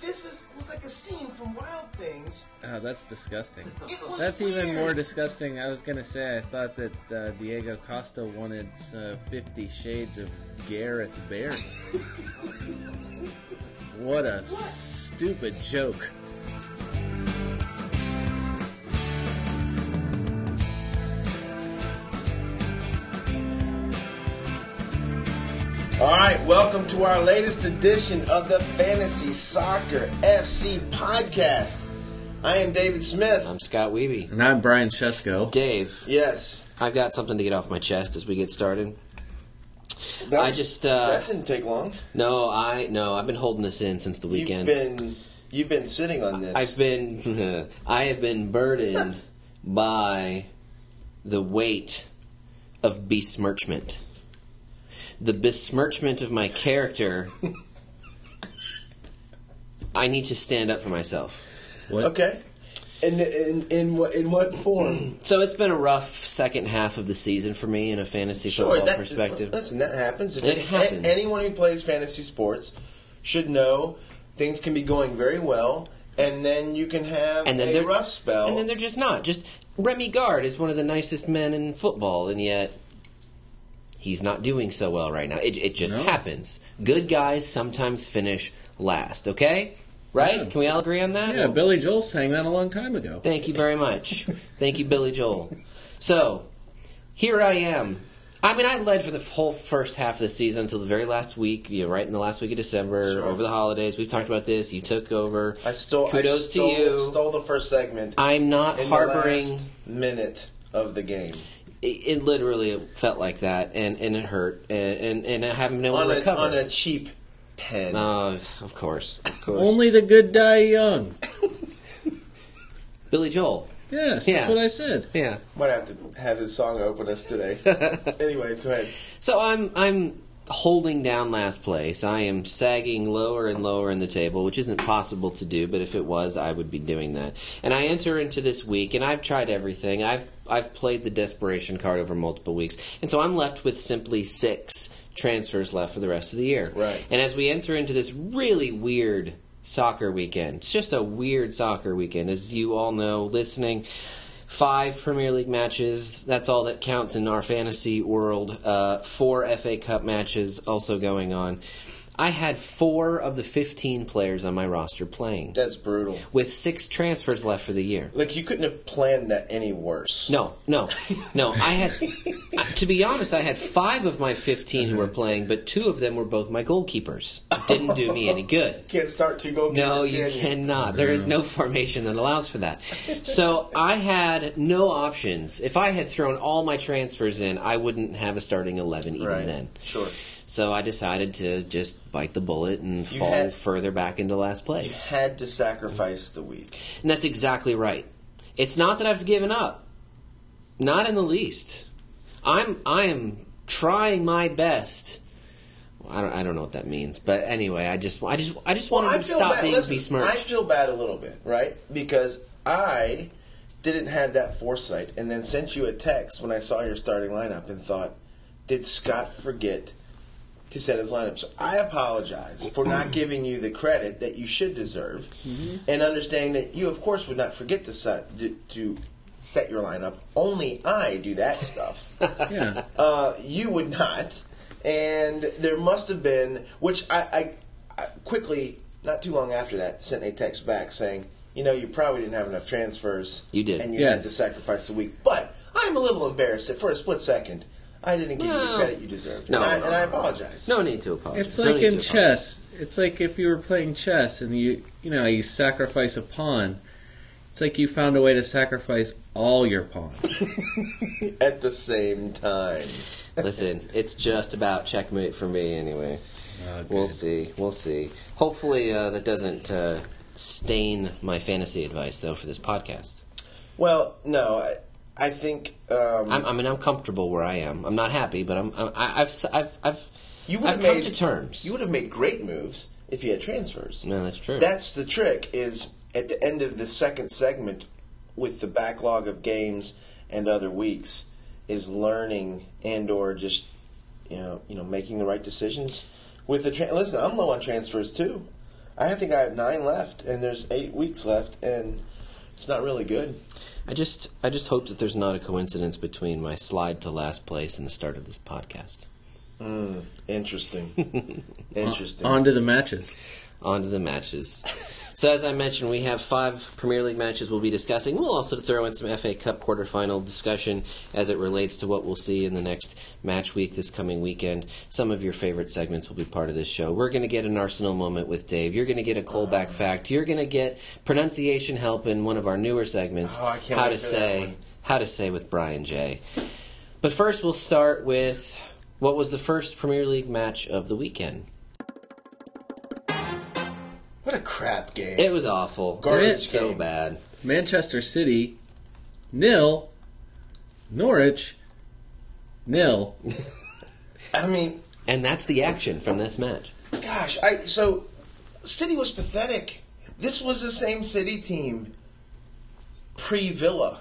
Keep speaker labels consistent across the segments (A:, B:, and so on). A: this is was like a scene from Wild Things.
B: Oh, that's disgusting.
A: It was
B: That's even
A: weird.
B: more disgusting. I was gonna say I thought that uh, Diego Costa wanted uh, Fifty Shades of Gareth Barry. what a stupid joke!
A: All right, welcome to our latest edition of the Fantasy Soccer FC podcast. I am David Smith.
C: I'm Scott Weeby.
B: And I'm Brian Chesko.
C: Dave,
A: Yes,
C: I've got something to get off my chest as we get started.
A: that,
C: I just, uh,
A: that didn't take long.
C: No, I no, I've been holding this in since the
A: You've
C: weekend.
A: been you've been sitting on this.
C: I've been I have been burdened by the weight of besmirchment. The besmirchment of my character. I need to stand up for myself.
B: What?
A: okay. In in in what in what form?
C: So it's been a rough second half of the season for me in a fantasy football
A: that-
C: perspective.
A: Listen, that happens.
C: It happens.
A: anyone who plays fantasy sports should know things can be going very well, and then you can have
C: and then
A: a
C: they're
A: rough spell.
C: and then they're just not. Just Remy Gard is one of the nicest men in football, and yet he's not doing so well right now. It, it just
B: No.
C: happens. Good guys sometimes finish last. Okay, right?
B: Yeah.
C: Can we all agree on that?
B: Yeah, Billy Joel sang that a long time ago.
C: Thank you very much. Thank you, Billy Joel. So here I am. I mean, I led for the whole first half of the season until the very last week. You know, right in the last week of December,
A: Sure.
C: over the holidays. We've talked about this. You took over.
A: I stole.
C: Kudos
A: I
C: to
A: stole,
C: you.
A: Stole the first segment.
C: I'm not
A: in
C: harboring.
A: the last minute of the game
C: it, it literally felt like that, and, and it hurt, and, and, and I haven't been able
A: on
C: to
A: a,
C: recover.
A: on a cheap pen.
C: Uh, of course, of course.
B: Only the good die young.
C: Billy Joel.
B: Yes,
C: Yeah.
B: that's what I said.
C: Yeah.
A: Might have to have his song open us today. Anyways, go ahead.
C: So I'm I'm holding down last place. I am sagging lower and lower in the table, which isn't possible to do, but if it was, I would be doing that. And I enter into this week and I've tried everything. I've I've played the desperation card over multiple weeks. And so I'm left with simply 6 transfers left for the rest of the year.
A: Right.
C: And as we enter into this really weird soccer weekend, it's just a weird soccer weekend as you all know listening five Premier League matches. That's all that counts in our fantasy world. Uh, four FA Cup matches also going on. I had four of the 15 players on my roster playing,
A: That's brutal.
C: with six transfers left for the year.
A: Like you couldn't have planned that any worse.
C: No, no, no. I had, to be honest, I had five of my 15 who were playing, but two of them were both my goalkeepers. Didn't do me any good.
A: Can't start two goalkeepers.
C: No, you
A: can
C: cannot. There is no formation that allows for that. So I had no options. If I had thrown all my transfers in, I wouldn't have a starting 11 even
A: Right.
C: then.
A: Sure.
C: So I decided to just bite the bullet and fall
A: had-
C: further back into last
A: You
C: place.
A: had to sacrifice the week.
C: And that's exactly right. It's not that I've given up. Not in the least. I'm I am trying my best. Well, I don't, I don't know what that means, but anyway, I just I just I just wanted
A: I
C: to
A: feel
C: stop
A: bad.
C: being
A: Listen,
C: besmirched.
A: I feel bad a little bit, right? Because I didn't have that foresight, and then sent you a text when I saw your starting lineup and thought, "Did Scott forget to set his lineup?" So I apologize for not giving you the credit that you should deserve,
C: Mm-hmm.
A: and understanding that you, of course, would not forget to set to, to set your lineup. Only I do that stuff.
B: Yeah.
A: Uh, you would not. And there must have been, which I, I, I quickly, not too long after that, sent a text back saying, you know, you probably didn't have enough transfers.
C: You did.
A: And you had
B: Yes.
A: to sacrifice the week. But I'm a little embarrassed that for a split second, I didn't give you
C: No.
A: the credit you deserved.
C: No,
A: and I,
C: no,
A: and I
C: no, no.
A: apologize.
C: No need to apologize.
B: It's
C: No
B: like
C: need
B: in
C: to
B: chess. It's like if you were playing chess and you you know you sacrifice a pawn. It's like you found a way to sacrifice all your pawns.
A: At the same time.
C: apologize. Listen, it's just about checkmate for me anyway. We'll see. We'll see. Hopefully, uh, that doesn't uh, stain my fantasy advice though for this podcast.
A: Well, no, I, I think. Um,
C: I'm, I mean, I'm comfortable where I am. I'm not happy, but I'm. I'm I- I've s- I've I've
A: you would
C: I've
A: have
C: come
A: made-
C: to terms.
A: You would have made great moves if you had transfers.
C: no, that's true.
A: That's the trick. Is at the end of the second segment, with the backlog of games and other weeks, is learning and or just you know you know making the right decisions with the tra- listen. I'm low on transfers too. I think I have nine left, and there's eight weeks left, and it's not really good.
C: I just I just hope that there's not a coincidence between my slide to last place and the start of this podcast.
A: Hmm, Interesting. Interesting.
B: On to the matches.
C: On to the matches. so as I mentioned, we have five Premier League matches we'll be discussing. We'll also throw in some FA Cup quarterfinal discussion as it relates to what we'll see in the next match week this coming weekend. Some of your favorite segments will be part of this show. We're going to get an Arsenal moment with Dave. You're going to get a Colback fact. You're going to get pronunciation help in one of our newer segments.
A: Oh, I can't
C: how
A: wait
C: to
A: for that
C: say
A: one.
C: how to say with Brian J. But first, we'll start with what was the first Premier League match of the weekend.
A: what a crap game.
C: It was awful.
A: Garbage
C: it was so
A: game.
C: bad.
B: Manchester City, nil. Norwich, nil.
A: I mean,
C: And that's the action from this match.
A: gosh, I so City was pathetic. This was the same City team pre Villa,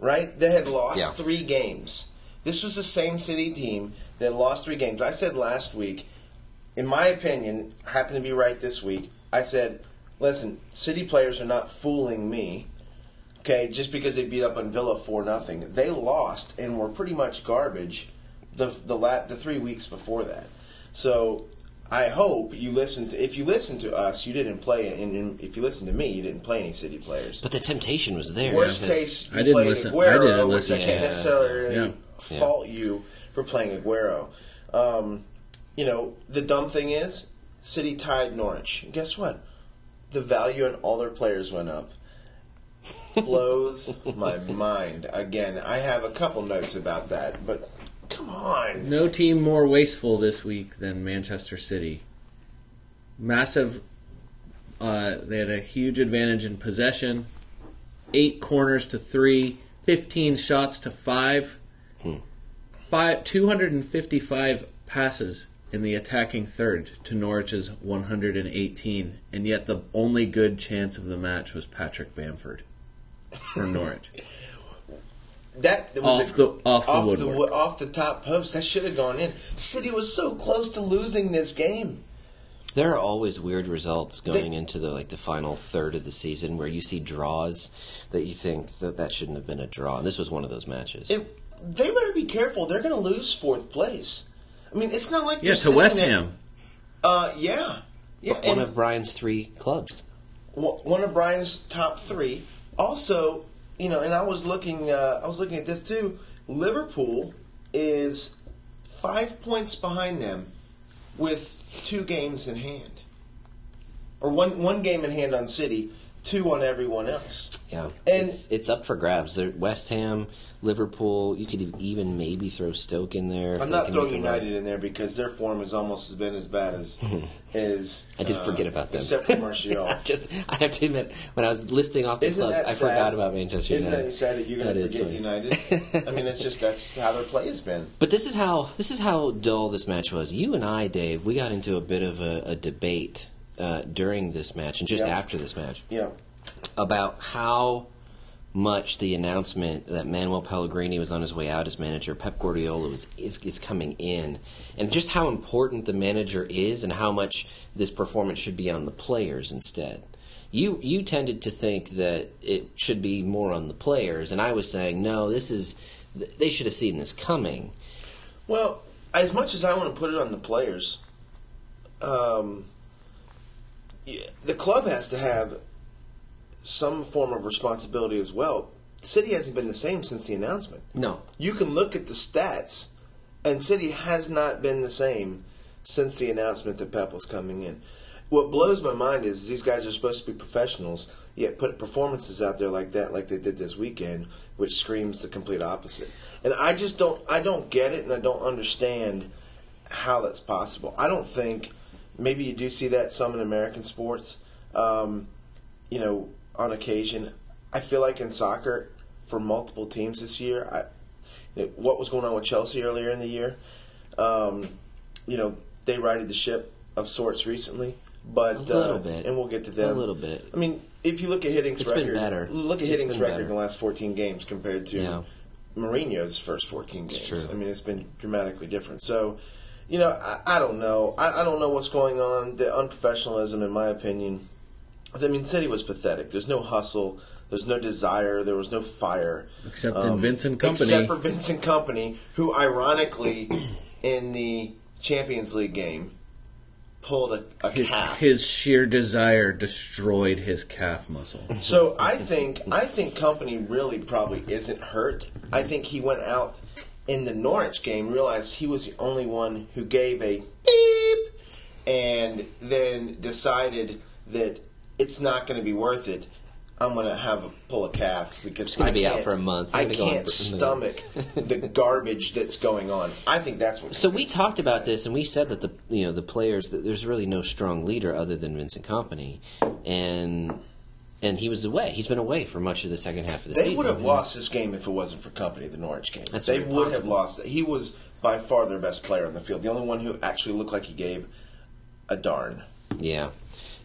A: right? They had lost
C: Yeah.
A: three games. This was the same City team that lost three games. I said last week, in my opinion, happened to be right this week. I said, listen, City players are not fooling me. Okay, just because they beat up on Villa for nothing, they lost and were pretty much garbage the the la- the three weeks before that. So I hope you listened. To, if you listened to us, you didn't play. And and if you listened to me, you didn't play any City players.
C: But the temptation was there.
A: Worst
C: because-
A: case, you
B: I didn't
A: played
B: listen- I
A: Aguero,
B: didn't
A: which
B: listen
A: I
B: to
A: can't
C: that.
A: necessarily
B: Yeah.
C: Yeah.
A: fault you for playing Aguero. Um, you know, the dumb thing is, City tied Norwich. And guess what? The value on all their players went up. Blows my mind. Again, I have a couple notes about that, but come on.
B: No team more wasteful this week than Manchester City. Massive. Uh, they had a huge advantage in possession. Eight corners to three, 15 shots to five,
A: Hmm.
B: five 255 passes in the attacking third to Norwich's 118, and yet the only good chance of the match was Patrick Bamford for Norwich.
A: That was
B: Off
A: a-
B: the- off the woodwork.
A: wo- off the top post. That should have gone in. City was so close to losing this game.
C: There are always weird results going
A: They-
C: into the like the final third of the season where you see draws that you think that that shouldn't have been a draw. And this was one of those matches.
A: it, they better be careful. They're going to lose fourth place. I mean, it's not like
B: Yeah,
A: they're
B: to
A: sitting
B: West
A: there-
B: Ham.
A: Uh, yeah, yeah.
C: one
A: and
C: of Brian's three clubs.
A: w- one of Brian's top three. Also, you know, and I was looking. Uh, I was looking at this too. Liverpool is five points behind them, with two games in hand, or one one game in hand on City, two on everyone else.
C: Yeah,
A: And-
C: it's, it's up for grabs. There, West Ham, Liverpool. You could even maybe throw Stoke in there. if
A: I'm
C: they
A: not
C: can
A: throwing
C: make a run.
A: United in there because their form has almost has been as bad as as
C: I did forget about them.
A: except for Martial.
C: I just I have to admit when I was listing off the
A: Isn't
C: clubs,
A: that
C: I
A: sad?
C: forgot about Manchester
A: Isn't
C: United.
A: that sad that you're going
C: That
A: to
C: is
A: forget
C: funny.
A: United? I mean, it's just that's how their play has been.
C: But this is how this is how dull this match was. You and I, Dave, we got into a bit of a, a debate uh, during this match and just
A: Yeah.
C: after this match
A: Yeah,
C: about how much the announcement that Manuel Pellegrini was on his way out as manager, Pep Guardiola was is, is coming in, and just how important the manager is, and how much this performance should be on the players instead. You you tended to think that it should be more on the players, and I was saying no. This is th- they should have seen this coming.
A: Well, as much as I want to put it on the players, um, y- the club has to have some form of responsibility as well. City hasn't been the same since the announcement.
C: No,
A: You can look at the stats, and City has not been the same since the announcement that Pep was coming in. What blows my mind is these guys are supposed to be professionals, yet put performances out there like that, like they did this weekend, which screams the complete opposite. And I just don't, I don't get it, and I don't understand how that's possible. I don't think maybe you do see that some in American sports, um, you know, on occasion. I feel like in soccer, for multiple teams this year, I, you know, what was going on with Chelsea earlier in the year, um, you know, they righted the ship of sorts recently. But
C: A little
A: uh,
C: bit.
A: and we'll get to them
C: A little bit.
A: I mean, if you look at Hiddink's
C: It's been
A: record,
C: better.
A: look at
C: It's
A: Hiddink's
C: been
A: record
C: better.
A: in the last 14 games compared to
C: Yeah.
A: Mourinho's first 14 games.
C: true.
A: I mean, it's been dramatically different. So, you know, I, I don't know. I, I don't know what's going on. The unprofessionalism, in my opinion. I mean, City was pathetic. There's no hustle. There's no desire. There was no fire. Um,
B: Except in Vincent Company.
A: Except for Vincent Company, who ironically, in the Champions League game, pulled a, a
B: His,
A: calf.
B: his sheer desire destroyed his calf muscle.
A: So I think I think Company really probably isn't hurt. I think he went out in the Norwich game, realized he was the only one who gave a beep, and then decided that it's not going to be worth it. I'm going to have a pull a calf because it's
C: gonna
A: I
C: be out
A: can't-
C: for a month.
A: I
C: You're gonna be going
A: can't
C: for-
A: stomach the garbage that's going on. I think that's what.
C: So we talked about this, and we said that the you know the players that there's really no strong leader other than Vincent Company, and and he was away. He's been away for much of the second half of the
A: They
C: season.
A: would have lost this game if it wasn't for Company, the Norwich game.
C: That's
A: they
C: very
A: would have
C: possible.
A: lost. it. He was by far their best player on the field, the only one who actually looked like he gave a darn.
C: Yeah,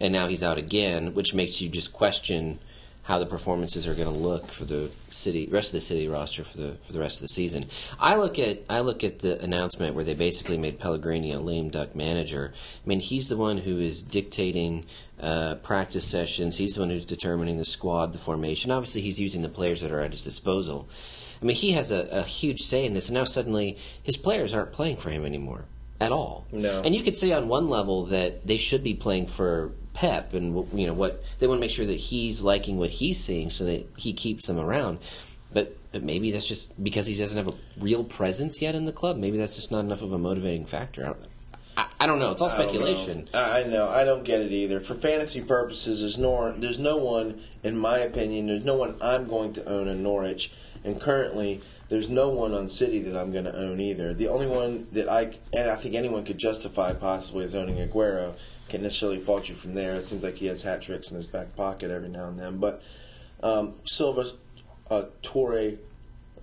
C: and now he's out again, which makes you just question how the performances are going to look for the city rest of the city roster for the for the rest of the season. I look at I look at the announcement where they basically made Pellegrini a lame duck manager. I mean, he's the one who is dictating uh, practice sessions. He's the one who's determining the squad, the formation. Obviously, he's using the players that are at his disposal. I mean, he has a, a huge say in this, and now suddenly his players aren't playing for him anymore at all.
A: No.
C: And you could say on one level that they should be playing for Pep, and wh- you know what they want to make sure that he's liking what he's seeing, so that he keeps them around. But but maybe that's just because he doesn't have a real presence yet in the club. Maybe that's just not enough of a motivating factor. I don't, I, I don't know. It's all
A: I don't know.
C: speculation.
A: I I know. I don't get it either. For fantasy purposes, there's no, there's no one, in my opinion, there's no one I'm going to own in Norwich, and currently there's no one on City that I'm going to own either. The only one that I and I think anyone could justify possibly is owning Aguero. Can't necessarily fault you from there. It seems like he has hat tricks in his back pocket every now and then, but um, Silva, uh, Torre,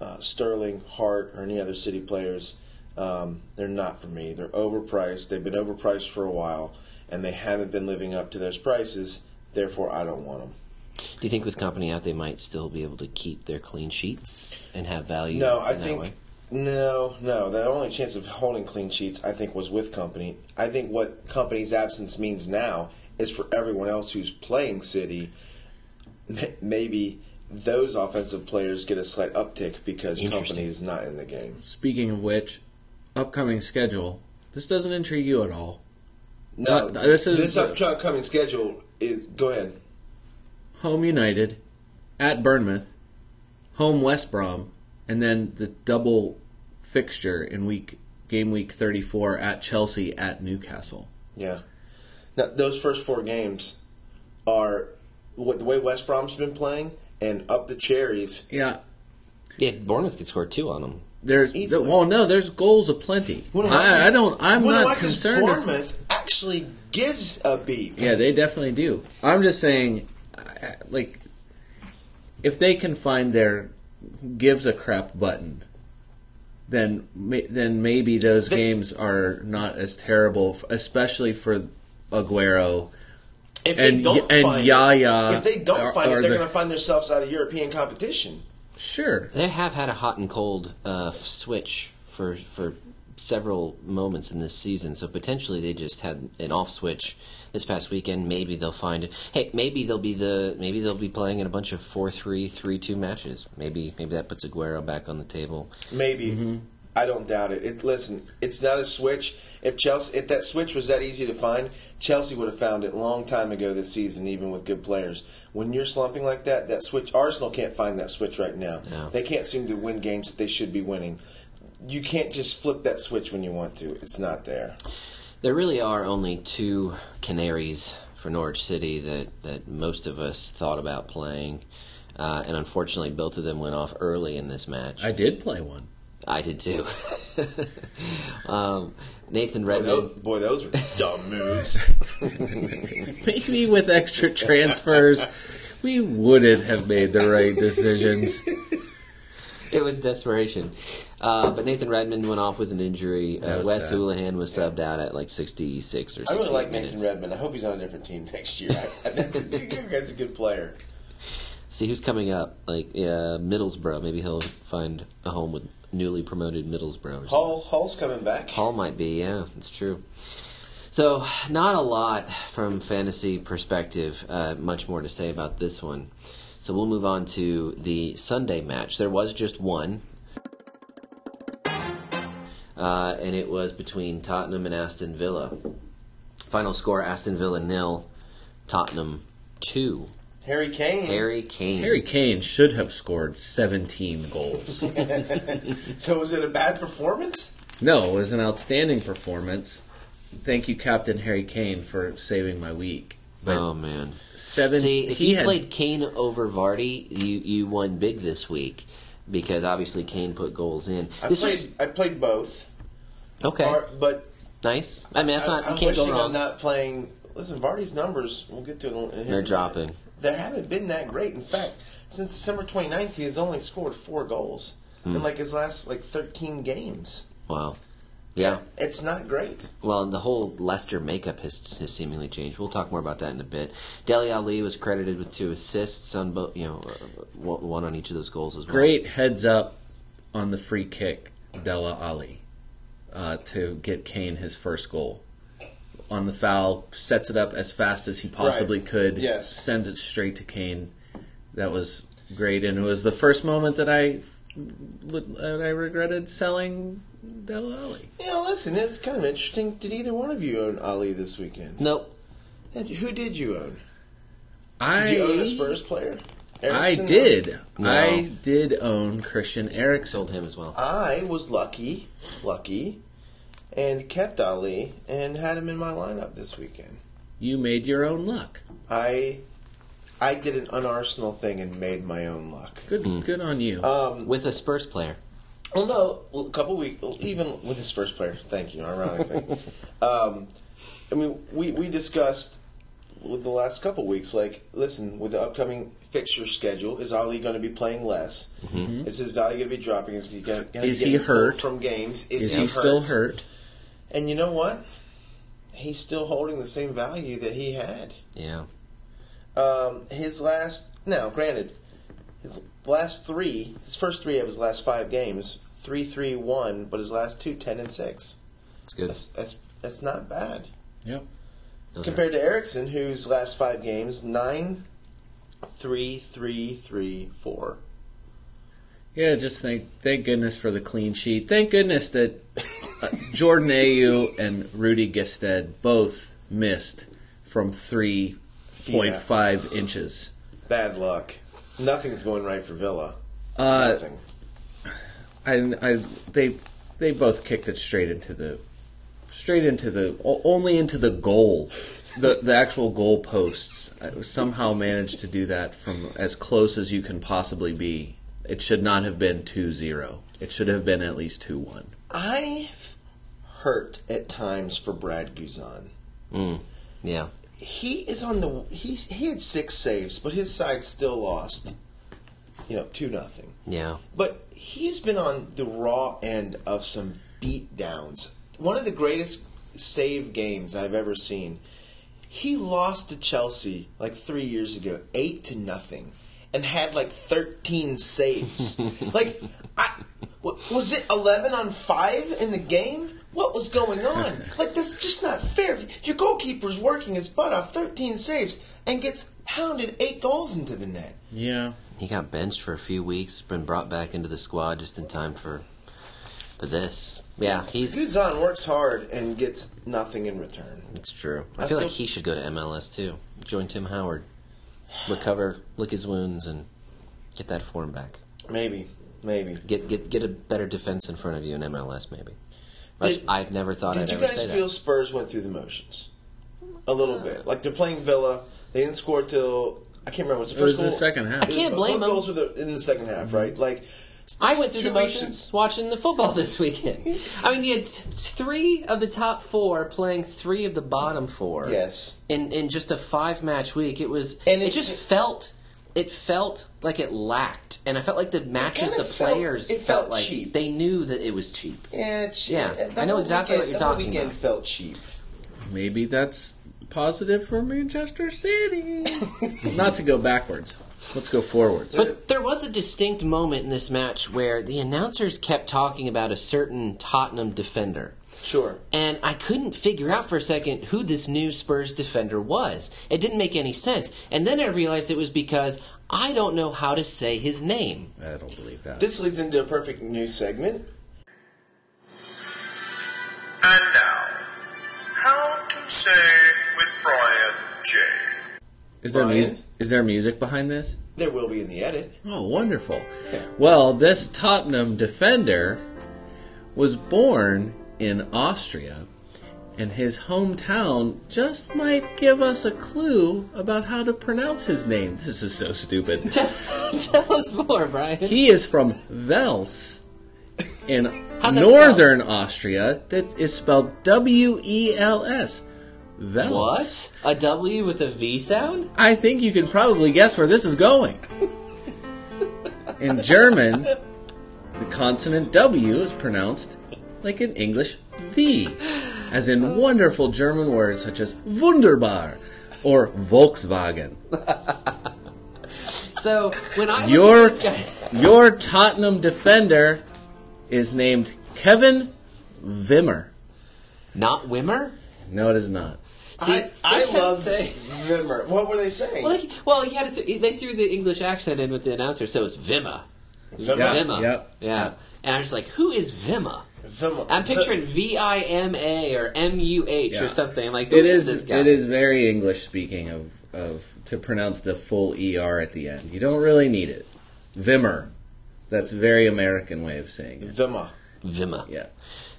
A: uh, Sterling, Hart, or any other City players, um, they're not for me. They're overpriced. They've been overpriced for a while, and they haven't been living up to those prices. Therefore, I don't want them.
C: Do you think with company out they might still be able to keep their clean sheets and have value?
A: No, I
C: in that
A: think
C: way?
A: no, no. The only chance of holding clean sheets, I think, was with company. I think what company's absence means now is for everyone else who's playing City, m- maybe those offensive players get a slight uptick because
C: Interesting.
A: company is not in the game.
B: Speaking of which, upcoming schedule. This doesn't intrigue you at all.
A: No,
B: Uh, this is-
A: this upcoming schedule is. Go ahead.
B: Home United, at Bournemouth, home West Brom, and then the double fixture in week game week 34 at Chelsea at Newcastle.
A: Yeah. Now, those first four games are what the way West Brom's been playing and up the cherries.
B: Yeah,
C: Yeah, Bournemouth could score two on them.
B: there's
A: Easily.
B: well no, there's goals aplenty.
A: What am
B: I, I don't I'm
A: what am I,
B: not
A: 'cause
B: concerned.
A: Bournemouth actually gives a beat.
B: Yeah, they definitely do. I'm just saying, I- like, if they can find their gives a crap button, then ma- then maybe those games are not as terrible, f- especially for Aguero.
A: If they
B: And
A: don't
B: y- and
A: find it-
B: Yaya
A: if they don't
B: are-
A: find
B: are
A: it, they're
B: the-
A: going to find themselves out of European competition.
B: Sure,
C: They have had a hot and cold uh, f- switch for for several moments in this season, so potentially they just had an off switch this past weekend. Maybe they'll find it. Hey, maybe they'll be the maybe they'll be playing in a bunch of 4-3, 3-2 matches. Maybe maybe that puts Aguero back on the table.
A: Maybe.
C: Mm-hmm.
A: I don't doubt it. it. Listen, it's not a switch. If Chelsea, if that switch was that easy to find, Chelsea would have found it a long time ago this season, even with good players. When you're slumping like that, that switch, Arsenal can't find that switch right now.
C: Yeah.
A: They can't seem to win games that they should be winning. You can't just flip that switch when you want to. It's not there.
C: There really are only two canaries for Norwich City that, that most of us thought about playing. Uh, and unfortunately, both of them went off early in this match.
B: I did play one.
C: I did too.
B: Oh,
C: um, Nathan Redmond.
A: boy, those were dumb moves.
B: Maybe with extra transfers, we wouldn't have made the right decisions.
C: it was desperation. Uh, but Nathan Redmond went off with an injury. Uh,
B: was
C: Wes
B: sad.
C: Houlihan was subbed out at like 66 or
A: I
C: 68
A: really like
C: minutes.
A: Nathan Redmond. I hope he's on a different team next year. I, I think the guy's a good player.
C: See who's coming up. Like uh, Middlesbrough, maybe he'll find a home with newly promoted Middlesbrough. Or something.
A: Hall Hall's coming back.
C: Hall might be. Yeah, it's true. So not a lot from fantasy perspective. Uh, much more to say about this one. So we'll move on to the Sunday match. There was just one. Uh, and it was between Tottenham and Aston Villa. Final score Aston Villa nil, Tottenham two.
A: Harry Kane.
C: Harry Kane.
B: Harry Kane should have scored 17 goals.
A: So was it a bad performance?
B: no, it was an outstanding performance. Thank you, Captain Harry Kane, for saving my week. But
C: Oh man!
B: seven.
C: See, if
B: he
C: you
B: had-
C: played Kane over Vardy, you you won big this week because obviously Kane put goals in.
A: I
C: this
A: played.
C: was
A: I played both.
C: okay,
A: Var- but
C: nice. I mean, that's not
A: I, am
C: you can't
A: wishing
C: go wrong.
A: I'm not playing. Listen, Vardy's numbers. We'll get to it. in- In
C: They're dropping.
A: They haven't been that great. In fact, since December 2019, he's only scored four goals
C: Hmm.
A: in like his last like 13 games.
C: Wow. Yeah.
A: It's not great.
C: Well, and the whole Leicester makeup has, has seemingly changed. We'll talk more about that in a bit. Deli Ali was credited with two assists on both, you know, uh, one one on each of those goals as well.
B: Great heads up on the free kick, Della Ali, uh, to get Kane his first goal. On the foul, sets it up as fast as he possibly
A: Right.
B: could.
A: Yes.
B: Sends it straight to Kane. That was great, and it was the first moment that I that I regretted selling Della Ali.
A: You know, listen, it's kind of interesting. Did either one of you own Ali this weekend?
C: Nope.
A: And Who did you own?
B: I
A: Did you own a Spurs player?
B: I
A: Erickson?
B: did.
C: No.
B: I did own Christian Erickson.
C: Sold him as well.
A: I was lucky, lucky, and kept Ali and had him in my lineup this weekend.
B: You made your own luck.
A: I I did an unarsenal thing and made my own luck.
B: Good, good on you.
A: Um,
C: With a Spurs player.
A: well, no, well, a couple weeks, even with his first player. Thank you, ironically. um, I mean, we we discussed with the last couple weeks. Like, listen, with the upcoming fixture schedule, is Ali going to be playing less? Is his value going to be dropping? Is he going to
B: Mm-hmm. Is he hurt?
A: from games?
B: Is he still hurt?
A: And you know what? He's still holding the same value that he had.
C: Yeah.
A: Um, his last now, granted, his last three, his first three of his last five games, three, three, one, but his last two, ten and six.
C: It's good.
A: That's that's, that's not bad
B: Yep.
C: Those are-
A: compared to Erickson, whose last five games, nine, three, three, three, four.
B: Yeah, just thank thank goodness for the clean sheet. Thank goodness that uh, Jordan Ayu and Rudy Gestead both missed from three point five inches.
A: Bad luck. Nothing's going right for Villa.
B: Uh,
A: Nothing.
B: I, I they they both kicked it straight into the straight into the o- only into the goal the the actual goal posts I somehow managed to do that from as close as you can possibly be it should not have been 2-0 it should have been at least 2-1
A: I've hurt at times for Brad Guzan.
C: Mm. Yeah.
A: he is on the he he had six saves, but his side still lost. You know, two nothing.
C: Yeah.
A: But he's been on the raw end of some beat downs. One of the greatest save games I've ever seen. He lost to Chelsea like three years ago, eight to nothing, and had like thirteen saves. like, I, wa- was it eleven on five in the game? What was going on? Like, that's just not fair. Your goalkeeper's working his butt off, thirteen saves, and gets pounded eight goals into the net.
B: yeah
C: He got benched for a few weeks, been brought back into the squad just in time for for this. Yeah, he's
A: Guzan works hard and gets nothing in return.
C: it's true. I feel
A: I
C: like
A: feel-
C: he should go to MLS too. Join Tim Howard. Recover, lick his wounds and get that form back.
A: Maybe, maybe.
C: Get get get a better defense in front of you in MLS maybe. Which
A: Did-
C: I've never thought I'd
A: Did you
C: ever
A: guys
C: say
A: feel
C: that.
A: Spurs went through the motions a little
C: Uh,
A: bit? Like they're playing Villa, they didn't score till I can't remember. Was the
B: it
A: first
B: was the
A: goal?
B: second half
C: I can't
A: Both
C: blame 'em.
A: Goals were the, in the second half,
C: Mm-hmm.
A: right? Like
C: I went through
A: two
C: the
A: weeks
C: motions watching the football this weekend. I mean, you had t- three of the top four playing three of the bottom four.
A: Yes,
C: in in just a five match week. It was
A: And
C: it
A: it's-
C: just felt it felt like it lacked, and I felt like the matches, the
A: kinda felt-
C: players
A: it
C: felt,
A: felt
C: like
A: cheap.
C: they knew that it was cheap.
A: yeah, it's-
C: Yeah,
A: that
C: I know
A: whole
C: exactly what
A: weekend-
C: you're
A: that whole
C: talking
A: weekend
C: about.
A: felt cheap.
B: maybe that's positive for Manchester City. Not to go backwards. Let's go forwards.
C: But there was a distinct moment in this match where the announcers kept talking about a certain Tottenham defender.
A: Sure.
C: And I couldn't figure out for a second who this new Spurs defender was. It didn't make any sense. And then I realized it was because I don't know how to say his name.
B: I don't believe that.
A: This leads into a perfect new segment.
D: And now, how to say with Brian J.
B: Is there
A: Brian?
B: music? Is there music behind this?
A: There will be in the edit.
B: Oh, wonderful.
A: Yeah.
B: Well, this Tottenham defender was born in Austria, and his hometown just might give us a clue about how to pronounce his name. This is so stupid.
C: Tell, tell us more, Brian.
B: he is from Wels in
C: How's that
B: northern Austria. That is spelled W E L S. Wels.
C: What? A W with a V sound?
B: I think you can probably guess where this is going. In German, the consonant W is pronounced like an English V, as in wonderful German words such as wunderbar or Volkswagen.
C: So when I
B: Your,
C: look at this guy,
B: your Tottenham defender is named Kevin Vimmer.
C: not Wimmer.
B: No, it is not.
C: See,
A: I, I
C: they kept
A: love
C: saying-
A: Vimmer. What were they saying?
C: Well, they, well, he had. A, they threw the English accent in with the announcer, so it's Vima.
A: Vimmer.
C: Vima.
B: yep,
C: Yeah.
B: yep.
C: And I was like, who is Vima?
A: Vimmer.
C: I'm picturing V I M A or M U H
B: Yeah.
C: or something. I'm like, who
B: It
C: is,
B: is.
C: this guy?
B: It is very English speaking of of to pronounce the full er at the end. You don't really need it. Vimmer. That's a very American way of saying it.
A: Vimmer.
C: Vima. Yeah.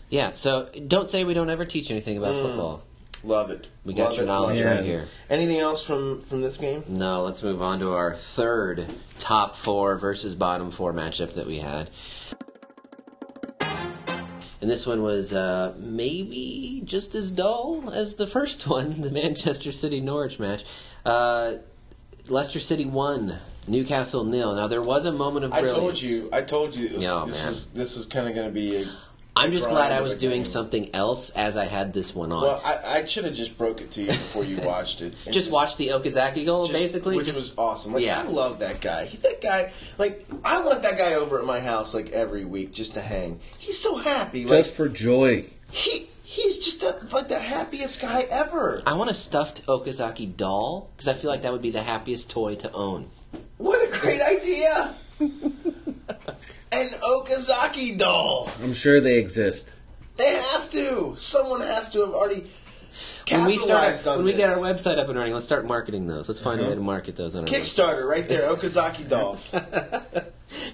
B: Yeah.
C: So don't say we don't ever teach anything
A: Mm.
C: about football.
A: Love it.
C: We got
A: Love
C: your
A: it,
C: knowledge
A: love it.
B: yeah.
C: right here.
A: Anything else from from this game?
C: No, let's move on to our third top four versus bottom four matchup that we had. And this one was uh, maybe just as dull as the first one, the Manchester City Norwich match. Uh, Leicester City won, Newcastle nil. Now there was a moment of
A: I told
C: brilliance.
A: you. I told you. This,
C: No,
A: this
C: man.
A: is this is kind of going to be. A,
C: I'm just
A: Brian
C: glad I
A: with
C: was
A: a
C: doing
A: game.
C: something else as I had this one on.
A: well, I, I should have just broke it to you before you watched it. and
C: just watch the Okazaki goal,
A: just-
C: basically.
A: which
C: Just
A: was awesome. Like
C: Yeah.
A: I love that guy. He, that guy, like I let that guy over at my house like every week just to hang. He's so happy. Like
B: Just for joy.
A: he he's just the, like the happiest guy ever.
C: I want a stuffed Okazaki doll because I feel like that would be the happiest toy to own.
A: What a great idea! An Okazaki doll.
B: I'm sure they exist.
A: They have to. Someone has to have already
C: When we
A: capitalized
C: start,
A: on
C: when we get
A: this. Uh-huh.
C: our website up and running, let's start marketing those. Let's find a way to market those on our website.
A: Kickstarter right there, Okazaki dolls.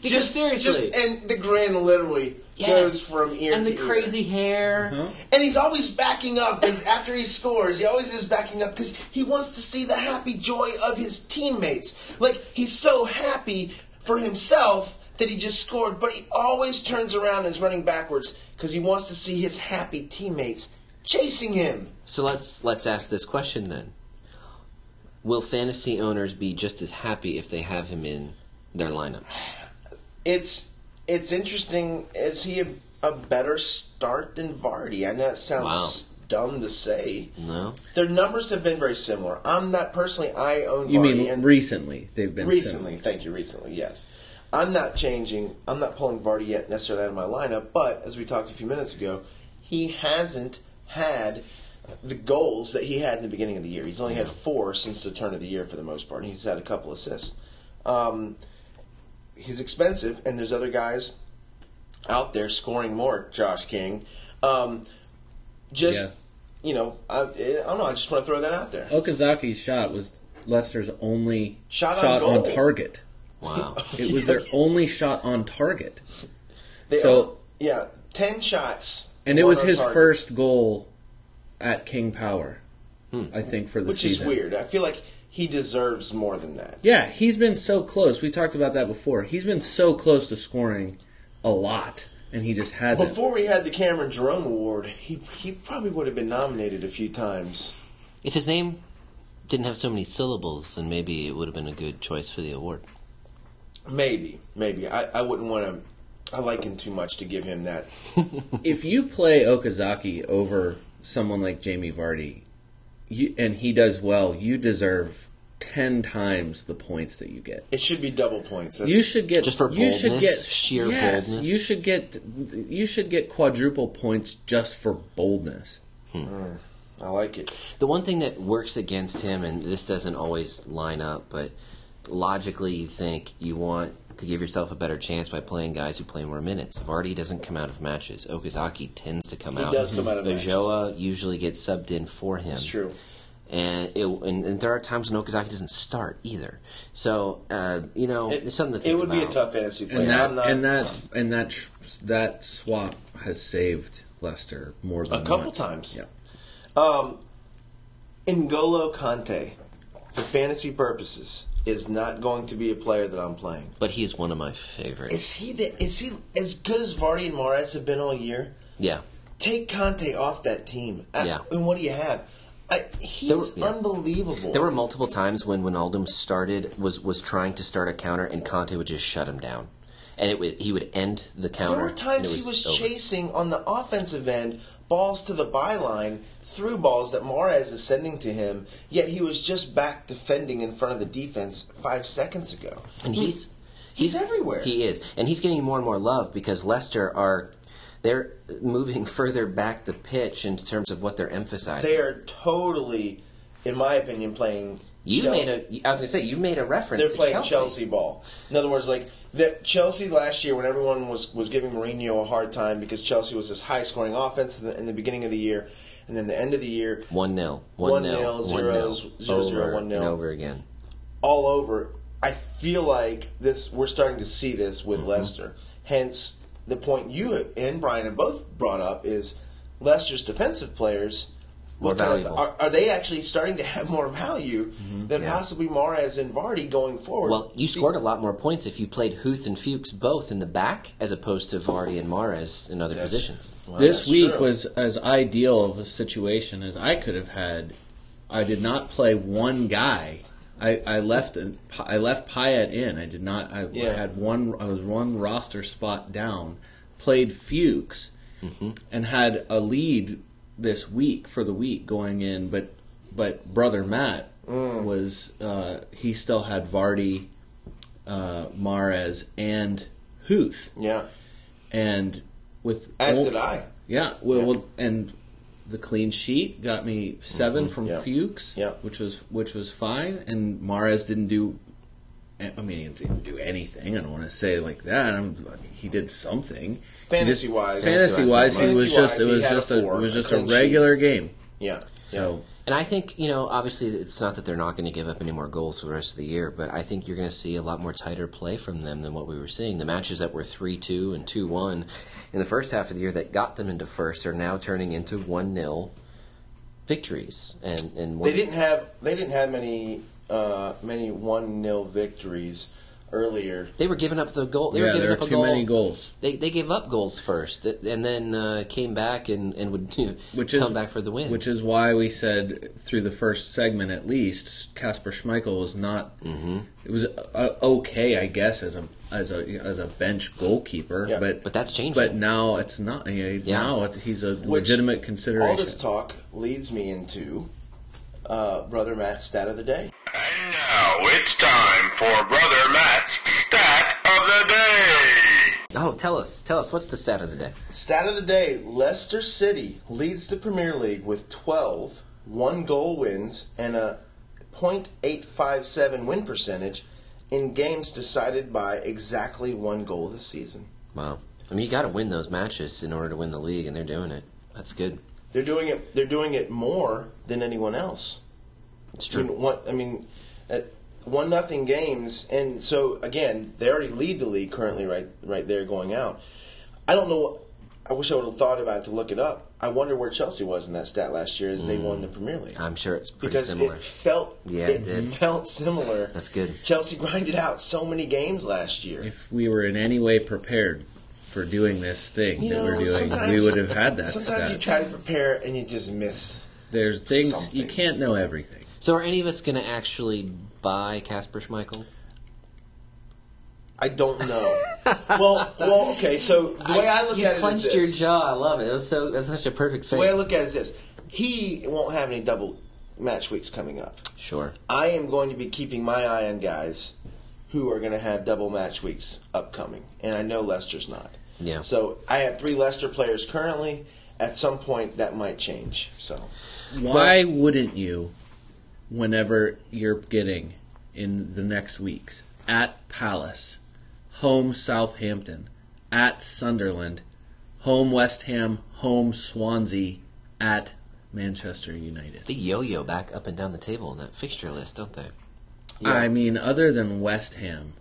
C: Because seriously,
A: just and the grin literally
C: Yes.
A: goes from ear
C: and
A: to
C: the
A: ear. Uh-huh.
C: crazy hair.
A: And he's always backing up because after he scores, he always is backing up because he wants to see the happy joy of his teammates. Like he's so happy for himself that he just scored, but he always turns around and is running backwards because he wants to see his happy teammates chasing him.
C: So let's let's ask this question then: Will fantasy owners be just as happy if they have him in their lineups?
A: It's it's interesting. Is he a, a better start than Vardy? I know it sounds dumb to say.
C: No.
A: Their numbers have been very similar. I'm not personally. I own.
B: You
A: Vardy
B: mean
A: and
B: recently they've been
A: recently? Thank you. Recently, yes. I'm not changing. I'm not pulling Vardy yet necessarily out of my lineup. But as we talked a few minutes ago, he hasn't had the goals that he had in the beginning of the year. He's only had four since the turn of the year for the most part. and He's had a couple assists. Um, he's expensive, and there's other guys out there scoring more. Josh King, um, just.
B: Yeah.
A: You know, I, I don't know. I just want to throw that out there.
B: Okazaki's shot was Leicester's only
A: Shot on
B: shot on
A: goal.
B: target.
C: Wow.
B: It was their only shot on target.
A: They
B: So-
A: own- yeah, ten shots,
B: And it
A: one
B: was
A: on
B: his
A: target,
B: first goal at King Power, I think, for the
A: Hmm. which
B: season.
A: is weird. I feel like he deserves more than that.
B: Yeah, he's been so close. We talked about that before. He's been so close to scoring a lot, and he just hasn't.
A: Before we had the Cameron Jerome Award, he he probably would have been nominated a few times.
C: If his name didn't have so many syllables, then maybe it would have been a good choice for the award.
A: Maybe, maybe I, I wouldn't want to. I like him too much to give him that.
B: if you play Okazaki over someone like Jamie Vardy, you and he does well, you deserve ten times the points that you get.
A: It should be double points. That's,
B: You should get
C: Just for
B: you should
C: boldness,
B: get
C: sheer
B: yes,
C: boldness.
B: You should get you should get quadruple points just for boldness.
A: mm, I like it.
C: The one thing that works against him, and this doesn't always line up, but logically you think you want to give yourself a better chance by playing guys who play more minutes. Vardy doesn't come out of matches. Okazaki tends to come
A: He
C: out.
A: does come out of matches.
C: Ojoa usually gets subbed in for him.
A: It's true.
C: And, it, and and there are times when Okazaki doesn't start either. So uh, you know
A: It,
C: it's something to think
A: it would be a
C: about.
A: tough fantasy player.
B: And that
A: I'm not,
B: and that and that tr- that swap has saved Leicester more than
A: A couple
B: once.
A: times.
B: Yeah.
A: Um, N'Golo Kante, for fantasy purposes, is not going to be a player that I'm playing.
C: But he's one of my favorites.
A: Is he the, Is he as good as Vardy and Mares have been all year?
C: yeah,
A: Take Conte off that team. I-
C: Yeah.
A: and what do you have? I, he's
C: There were- yeah.
A: unbelievable.
C: there were multiple times when Wijnaldum started was was trying to start a counter, and Conte would just shut him down, and it would he would end the counter.
A: There were
C: and
A: times
C: it
A: he was
C: over.
A: chasing on the offensive end, balls to the byline, through balls that Mares is sending to him, yet he was just back defending in front of the defense five seconds ago.
C: and he's
A: He's everywhere.
C: He is, and he's getting more and more love because Leicester are they're moving further back the pitch in terms of what they're emphasizing.
A: They are totally, in my opinion, playing.
C: you
A: Chel-
C: made a I was gonna say you made a reference.
A: They're
C: to
A: playing
C: Chelsea.
A: Chelsea. ball. In other words, like that Chelsea last year, when everyone was was giving Mourinho a hard time because Chelsea was this high scoring offense in the, in the beginning of the year, and then the end of the year,
C: One nil,
A: One
C: one
A: nil,
C: nil,
A: zero, zero, zero,
C: over
A: one nil.
C: and over again.
A: all over. I feel like this. We're starting to see this with Leicester. Hence, the point you and Brian have both brought up is Leicester's defensive players.
C: More
A: what kind of-
C: valuable.
A: are, are they actually starting to have more value than
C: Yeah.
A: possibly Mares and Vardy going forward?
C: Well, you scored a lot more points if you played Huth and Fuchs both in the back as opposed to Vardy and Mares in other
A: That's-
C: positions.
A: Well,
B: this
A: that's
B: week
A: true.
B: was as ideal of a situation as I could have had. I did not play one guy. I, I left an- I left Payet in. I did not. I
A: Yeah.
B: had one. I was one roster spot down. Played Fuchs
A: Mm-hmm.
B: and had a lead this week for the week going in. But but brother Matt
A: Mm.
B: was uh, he still had Vardy, uh, Mares, and Huth
A: yeah.
B: and with
A: As
B: oh,
A: did I.
B: Yeah, well, well, and the clean sheet got me 7 from
A: Mm-hmm. yeah.
B: Fuchs,
A: Yeah.
B: which was which was fine. And Mares didn't do, eh, I mean, he didn't do anything. I don't want to say it like that. I'm, he did something.
A: Fantasy-wise.
B: fantasy wise, he was
A: Fantasy-wise,
B: just it
A: he
B: was
A: had a
B: just a,
A: four,
B: it was
A: a
B: just a,
A: clean sheet.
B: regular game.
A: Yeah.
B: So.
C: And I think, you know, obviously it's not that they're not going to give up any more goals for the rest of the year, but I think you're going to see a lot more tighter play from them than what we were seeing. The matches that were 3 2 and 2 1 in the first half of the year that got them into first are now turning into 1 0 victories. And, and
A: They didn't have they didn't have many uh, many one 0 victories earlier.
C: They were giving up the goal. They were
B: yeah,
C: giving
B: there were
C: up a
B: too
C: goal.
B: many goals.
C: They they gave up goals first, th- and then uh, came back and and would you know,
B: Which is
C: come back for the win.
B: Which is why we said through the first segment, at least, Casper Schmeichel was not.
C: Mm-hmm.
B: It was uh, okay, I guess, as a as a as a bench goalkeeper,
A: Yeah.
B: but
C: but that's changing.
B: but now it's not. You know, Now it, he's a
A: Which-
B: legitimate consideration.
A: All this talk leads me into uh, brother Matt's stat of the day.
D: And now it's time for Brother Matt's Stat of the Day.
C: oh, tell us, tell us, what's the stat of the day?
A: Stat of the day Leicester City leads the Premier League with 12 one goal wins and a .857 win percentage in games decided by exactly one goal this season.
C: Wow, I mean you got to win those matches in order to win the league, and they're doing it. That's good.
A: They're doing it they're doing it more than anyone else.
C: It's
A: I mean,
C: true.
A: one, I mean at one nothing games, and so again, they already lead the league currently, right? Right there, going out. I don't know. What, I wish I would have thought about it to look it up. I wonder where Chelsea was in that stat last year as they won the Premier League
C: I'm sure it's pretty
A: because
C: similar.
A: it felt
C: Yeah,
A: it,
C: it did.
A: felt similar.
C: That's good.
A: Chelsea grinded out so many games last year.
B: if we were in any way prepared for doing this thing
A: You
B: that we're
A: know,
B: doing,
A: sometimes-
B: we would have had that.
A: Sometimes
B: stat.
A: you try to prepare and you just miss.
B: There's things you
A: something.
B: can't know everything.
C: so are any of us going to actually buy Casper Schmeichel?
A: I don't know. well, well, okay. So the way I, look
C: you
A: at it is
C: clenched
A: this.
C: your jaw. I love it. It was so. It was such a perfect
A: The way I
C: face.
A: look at it is this: he won't have any double match weeks coming up.
C: Sure.
A: I am going to be keeping my eye on guys who are going to have double match weeks upcoming, and I know Lester's not.
C: Yeah.
A: So I have three Lester players currently. At some point, that might change. So
B: Why wouldn't you, whenever you're getting in the next weeks, at Palace, home Southampton, at Sunderland, home West Ham, home Swansea, at Manchester United?
C: They yo yo back up and down the table in that fixture list, don't they?
B: I mean, other than West Ham,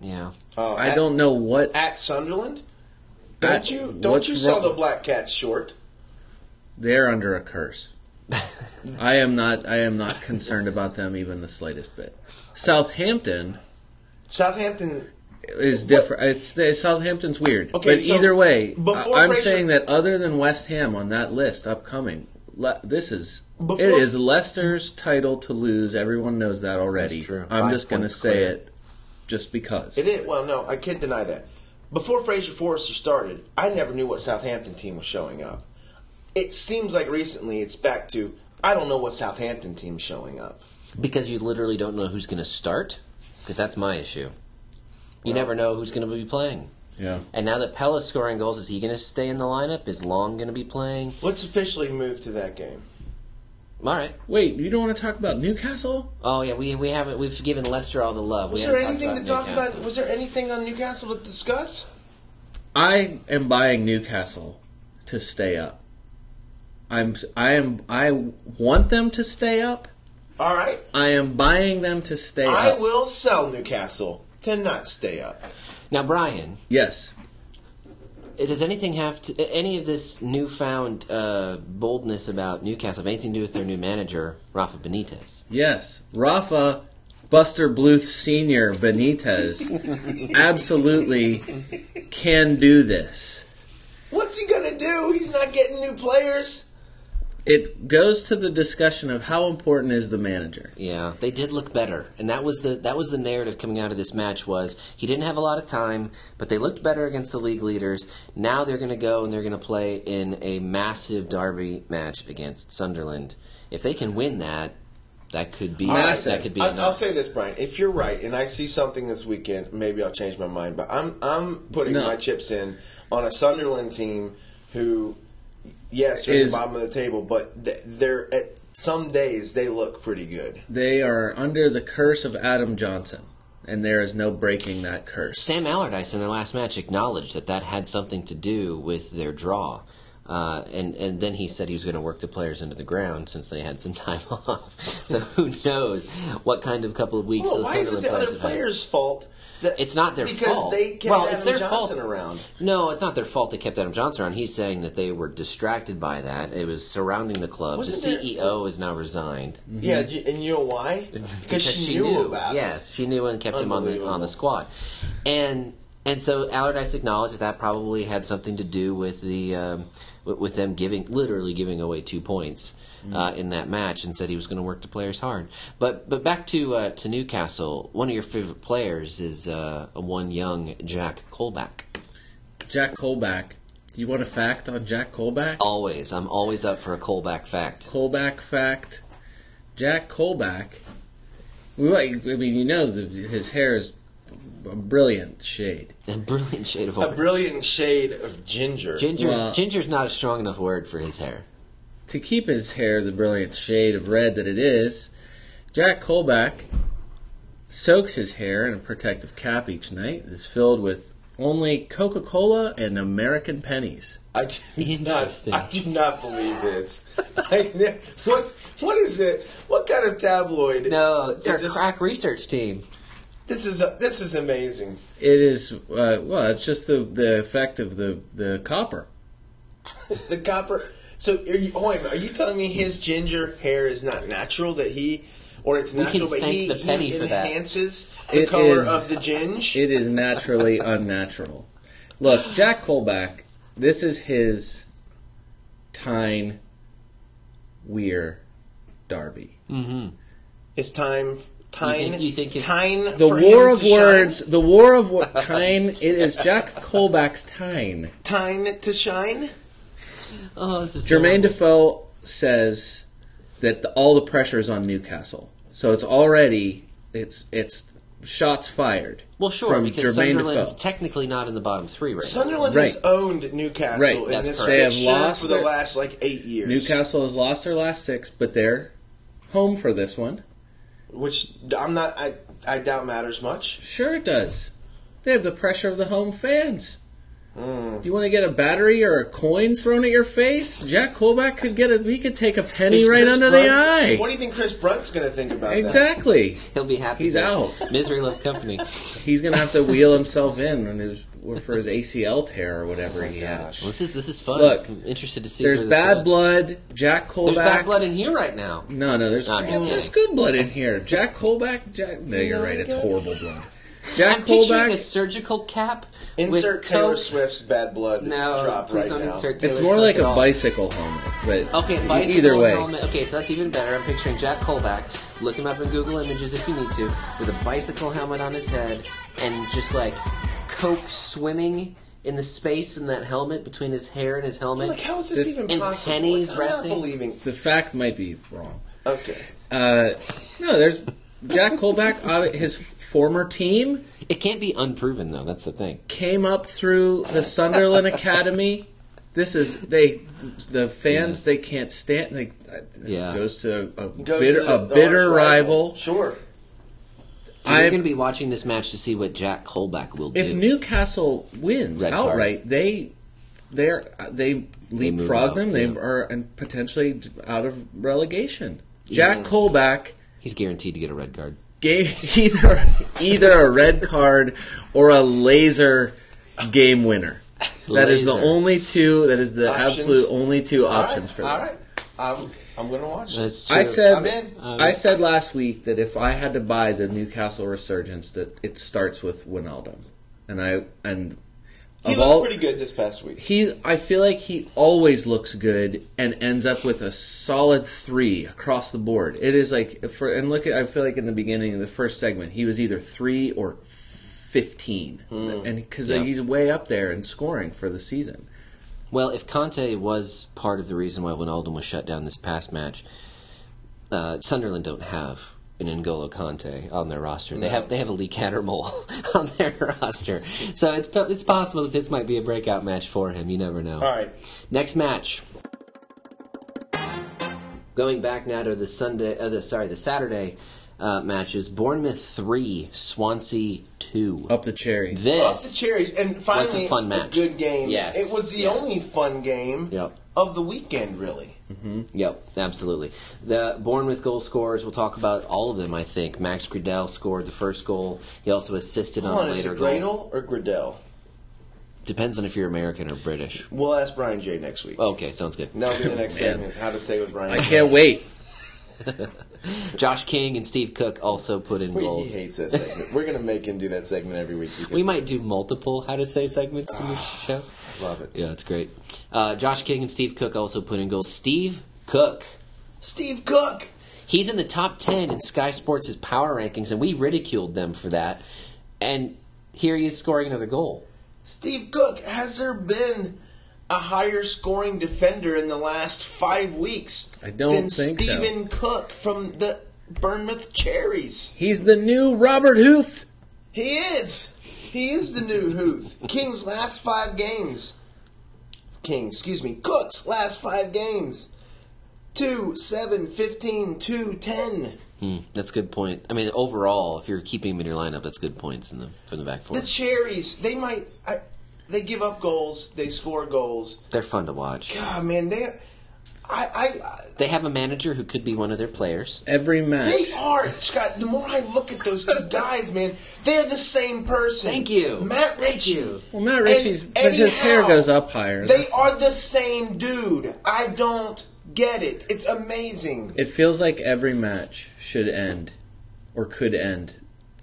C: Yeah.
A: uh,
B: I
A: at-
B: don't know what.
A: at Sunderland. Don't
B: at-
A: you don't
B: what's
A: you sell
B: wrong-
A: the black cats short?
B: They're under a curse. I am not. I am not concerned about them even the slightest bit. Southampton
A: Southampton
B: is different. It's the, Southampton's weird.
A: Okay,
B: but
A: so
B: either way,
A: before
B: I, am
A: Fraser-
B: saying that other than West Ham on that list upcoming, le, this is
A: Before-
B: it is Leicester's title to lose. Everyone knows that already.
C: That's true.
B: I'm
C: Five
B: just going to
C: points
B: say
C: clear.
B: it, just because.
A: It is. Well, no, I can't deny that. Before Fraser Forrester started, I never knew what Southampton team was showing up. It seems like recently it's back to I don't know what Southampton team's showing up.
C: Because you literally don't know who's going to start, because that's my issue. You never know who's going to be playing.
B: Yeah.
C: And now that Pella's scoring goals, is he going to stay in the lineup? Is Long going to be playing?
A: Let's officially move to that game.
C: All right.
B: Wait, you don't want to talk about Newcastle?
C: Oh yeah, we we haven't we've given Lester all the love.
A: Was
C: we
A: there
C: haven't talked
A: anything to talk
C: Newcastle.
A: about? Was there anything on Newcastle to discuss?
B: I am buying Newcastle to stay up. I'm. I am. I want them to stay up.
A: All right,
B: I am buying them to stay
A: I
B: up.
A: will sell Newcastle to not stay up.
C: now, Brian,
B: yes.
C: does anything have to any of this newfound uh, boldness about Newcastle have anything to do with their new manager Rafa Benitez?
B: Yes, Rafa Buster Bluth Senior Benitez absolutely can do this.
A: What's he gonna do? He's not getting new players.
B: It goes to the discussion of how important is the manager.
C: Yeah, they did look better, and that was the that was the narrative coming out of this match was he didn't have a lot of time, but they looked better against the league leaders. Now they're going to go and they're going to play in a massive derby match against Sunderland. If they can win that, that could be
B: Massive.
C: that could be
A: I,
C: enough.
A: I'll say this, Brian. If you're right, and I see something this weekend, maybe I'll change my mind. But I'm I'm putting
B: No.
A: my chips in on a Sunderland team who, yes, are at the
B: Is-
A: bottom of the table, but th- they're at some days they look pretty good.
B: They are under the curse of Adam Johnson, and there is no breaking that curse.
C: Sam Allardyce in their last match acknowledged that that had something to do with their draw. Uh, and, and then he said he was going to work the players into the ground since they had some time off. So who knows what kind of couple of weeks
A: Well,
C: those
A: why is it
C: Sunderland
A: the
C: players
A: other
C: have had.
A: players' fault? That,
C: It's not their
A: because
C: fault.
A: they kept
C: well,
A: Adam
C: it's their
A: Johnson
C: fault.
A: around.
C: No, it's not their fault they kept Adam Johnson around. He's saying that they were distracted by that. It was surrounding the club.
A: Wasn't
C: the
A: there- Mm-hmm.
C: CEO is now resigned.
A: Yeah, you- and you know why? Because she, knew, about
C: yes,
A: it.
C: she knew and kept him on the on
A: Unbelievable.
C: the squad, and and so Allardyce acknowledged that, that probably had something to do with the um, with, with them giving literally giving away two points
A: Mm-hmm.
C: uh, in that match, and said he was going to work the players hard. But but back to uh, to Newcastle, one of your favorite players is uh, one young Jack Colback.
B: Jack Colback. Do you want a fact on Jack Colback?
C: Always, I'm always up for a Colback fact.
B: Colback fact. Jack Colback. We might- I mean, you know, the, his hair is a brilliant shade.
C: A brilliant shade of
A: A
C: orange.
A: brilliant shade of ginger.
C: Ginger's,
B: Well-
C: Ginger's not a strong enough word for his hair.
B: to keep his hair the brilliant shade of red that it is, Jack Colback soaks his hair in a protective cap each night that is filled with only Coca Cola and American pennies.
A: I do not.
C: Interesting.
A: I do not believe this. I, ne- what what is it? What kind of tabloid?
C: No, it's our
A: is this,
C: crack research team.
A: This is a, this is amazing.
B: It is, uh, well, it's just the, the effect of the, the copper.
A: The copper. So are you, hold on, a minute, are you telling me his ginger hair is not natural? That he, or it's
C: can
A: natural, but
C: thank
A: he,
C: the penny
A: he
C: for that.
A: enhances the
B: It
A: color
B: is-
A: of the ginge.
B: It is naturally unnatural. Look, Jack Colback, this is his Tyne Weir Derby.
A: it's time. Time.
C: think- you think it's-
A: time
B: The
A: for
B: war
A: him
B: of
A: to shine?
B: words. The war of wo- time. it is Jack Colback's time.
A: Time to shine.
C: Oh, this is
B: Jermaine Defoe says that the, all the pressure is on Newcastle. So it's already it's it's shots fired.
C: Well, sure,
B: from
C: because
B: Jermaine
C: Sunderland's
B: Defoe.
C: technically not in the bottom three right now.
A: Sunderland has
B: Right.
A: owned Newcastle
B: Right,
A: in
C: that's
A: this
C: correct. They
B: have
A: fixture
B: lost
A: for the
B: their-
A: last like eight years.
B: Newcastle has lost their last six, but they're home for this one.
A: which I'm not. I I doubt matters much.
B: Sure, it does. They have the pressure of the home fans.
A: Hmm.
B: Do you want to get a battery or a coin thrown at your face? Jack Colback could get a. He could take a penny
A: Is
B: right
A: Chris
B: under
A: Brunt-
B: the eye.
A: What do you think Chris Brunt's going to think about that?
B: exactly.
C: He'll be happy.
B: He's
C: that
B: out.
C: Misery loves company.
B: He's gonna have to wheel himself in when it was, for his ACL tear or
C: Oh
B: whatever he had.
A: Gosh.
C: This is this is fun.
B: Look,
C: I'm interested to see.
B: There's
C: where this
B: bad
C: goes.
B: blood. Jack Colback.
C: There's bad blood in here right now.
B: No, no, there's,
C: No, I'm just
B: well, there's
C: kidding.
B: good blood in here. Jack Colback. Jack. No, you're right. It's horrible blood. Jack
C: I'm picturing a
B: Colback.
C: surgical cap.
A: Insert
C: with
A: Taylor
C: Coke.
A: Swift's "Bad Blood"
C: No,
A: drop
C: please
A: right
C: don't
A: now.
C: insert. Taylor
B: It's more like
C: Swift
B: a
C: at all.
B: bicycle helmet, but
C: Okay, bicycle
B: E- either way,
C: helmet. Okay, so that's even better. I'm picturing Jack Kolback. Look him up in Google Images if you need to, with a bicycle helmet on his head and just like Coke swimming in the space in that helmet between his hair and his helmet.
A: Like, how is this even
C: And
A: possible?
C: pennies
A: Like, I'm
C: resting.
A: not believing.
B: the fact might be wrong.
A: Okay,
B: Uh, no, there's Jack Colback. Uh, his former team
C: It can't be unproven though. That's the thing.
B: came up through the Sunderland Academy. This is they, the fans.
C: Yes.
B: They can't stand. They
C: Yeah.
B: goes to a
A: Goes
B: bitter,
A: to the-
B: a
A: the
B: bitter
A: arch
B: rival.
A: Sure.
C: So we're
B: I'm-
C: going to be watching this match to see what Jack Kolback will
B: If
C: do.
B: Newcastle wins
C: Red card.
B: outright, they they're they leapfrog
C: out,
B: them. They
C: yeah.
B: are and potentially out of relegation. Jack Colback
C: He's guaranteed to get a red card.
B: gave either either a red card or a laser game winner. That is the
C: Laser.
B: only two. That is the
A: Options.
B: absolute only two
A: All
B: options
A: right,
B: for
A: All
B: that.
A: right. I'm I'm going to watch this.
C: That's true.
B: I
A: I'm
B: said
A: in.
B: I said last week that if I had to buy the Newcastle resurgence, that it starts with Wijnaldum, and I and
A: He
B: of
A: looked
B: all
A: pretty good this past week.
B: he I feel like he always looks good and ends up with a solid three across the board. It is like for and look at I feel like in the beginning of the first segment he was either three or fifteen, and because
C: Hmm. Yeah.
B: he's way up there in scoring for the season.
C: Well, if Conte was part of the reason why Wijnaldum was shut down this past match, uh, Sunderland don't have an N'Golo Conte on their roster. They have they have a Lee Cattermole on their roster, so it's po- it's possible that this might be a breakout match for him. You never know.
A: All right.
C: Next match. Going back now to the Sunday, uh, the sorry, the Saturday uh, matches. Bournemouth three, Swansea two.
A: Oh.
B: Up the cherry.
C: This
A: Up the cherries, and finally
C: Was a fun match.
A: good game.
C: Yes,
A: it was the
C: yes.
A: only fun game
C: Yep.
A: of the weekend, really.
C: Yep, absolutely. The Bournemouth goal scorers, we'll talk about all of them, I think. Max Gradel scored the first goal. He also assisted
A: Hold
C: on
A: on,
C: a
A: is
C: later
A: it
C: goal.
A: Gradle or Gradell?
C: Depends on if you're American or British.
A: We'll ask Brian J next week.
C: Okay, sounds good.
A: That'll be the next
B: Man.
A: segment. How to stay with Brian?
B: I
A: J.
B: can't wait.
C: Josh King and Steve Cook also put in
A: We-
C: goals.
A: he hates that segment. We're gonna make him do that segment every week. because
C: We might do multiple how to say segments in this
A: I
C: show.
A: Ah, love it.
C: Yeah, it's great. Uh, Josh King and Steve Cook also put in goals. Steve Cook.
A: Steve Cook.
C: He's in the top 10 in Sky Sports' power rankings, and we ridiculed them for that. And here he is scoring another goal.
A: Steve Cook. Has there been a higher scoring defender in the last five weeks?
B: I don't
A: than
B: think so.
A: Stephen Cook from the Bournemouth Cherries.
B: He's the new Robert Huth.
A: He is. He is the new Hooth. King's last five games. King, excuse me. Cook's last five games. 2, 7, 15, 2, 10.
C: That's a good point. I mean, overall, if you're keeping him in your lineup, that's good points in the from the back four.
A: The Cherries, they might. I, they give up goals, they score goals.
C: They're fun to watch.
A: God, man, they. I, I,
C: They have a manager who could be one of their players.
B: Every match.
A: They are, Scott. The more I look at those two guys, man, they're the same person.
C: Thank you.
A: Matt Ritchie.
B: well, Matt
A: and
B: Ritchie's
A: Eddie
B: his hair
A: Howe.
B: goes up higher.
A: They are the same dude. I don't get it. It's amazing.
B: It feels like every match should end or could end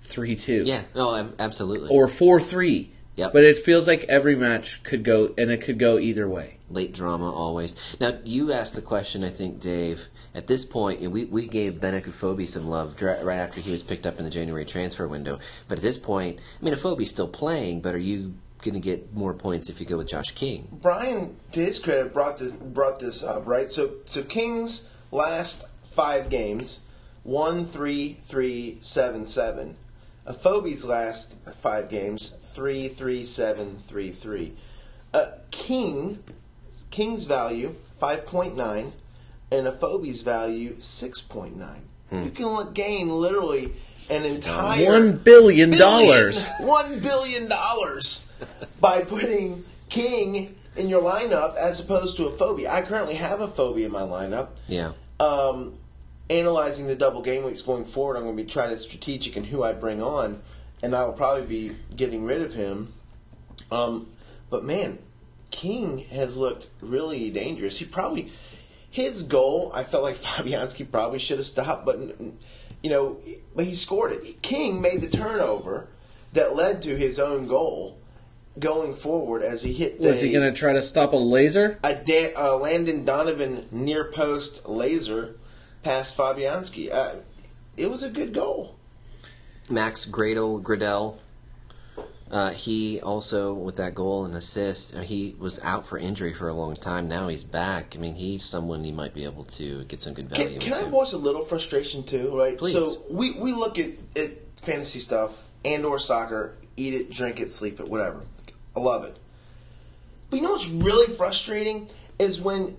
B: 3 2.
C: Yeah, no, ab- absolutely.
B: Or 4 3.
C: Yep.
B: But it feels like every match could go, and it could go either way.
C: Late drama always. Now, you asked the question, I think, Dave. At this point, and we, we gave Benicophobe some love dr- right after he was picked up in the January transfer window. But at this point, I mean, Aphobe's still playing, but are you going to get more points if you go with Josh King?
A: Brian, to his credit, brought this brought this up, right? So, so King's last five games, one three three seven seven. A Phobie's last five games, three three seven three three. A King, King's value five point nine, and a Phobie's value six point nine. You can li- gain literally an entire
B: One billion dollars.
A: one billion dollars by putting King in your lineup as opposed to a phobia. I currently have a phobia in my lineup.
C: Yeah.
A: Um, analyzing the double game weeks going forward, I'm going to be trying to strategic in who I bring on, and I will probably be getting rid of him. Um, but man, King has looked really dangerous. He probably his goal. I felt like Fabianski probably should have stopped, but you know, but he scored it. King made the turnover that led to his own goal. Going forward, as he hit, the,
B: Was he going to try to stop a laser?
A: a da- uh, Landon Donovan near post laser past Fabianski. Uh, it was a good goal.
C: Max Gradle Gradell. Uh, he also with that goal and assist. uh, He was out for injury for a long time. Now he's back. I mean, he's someone he might be able to get some good
A: Can,
C: value
A: can I
C: into.
A: voice a little frustration too? Right.
C: Please.
A: So we we look at, at fantasy stuff and or soccer, eat it, drink it, sleep it, whatever. I love it. But you know what's really frustrating is when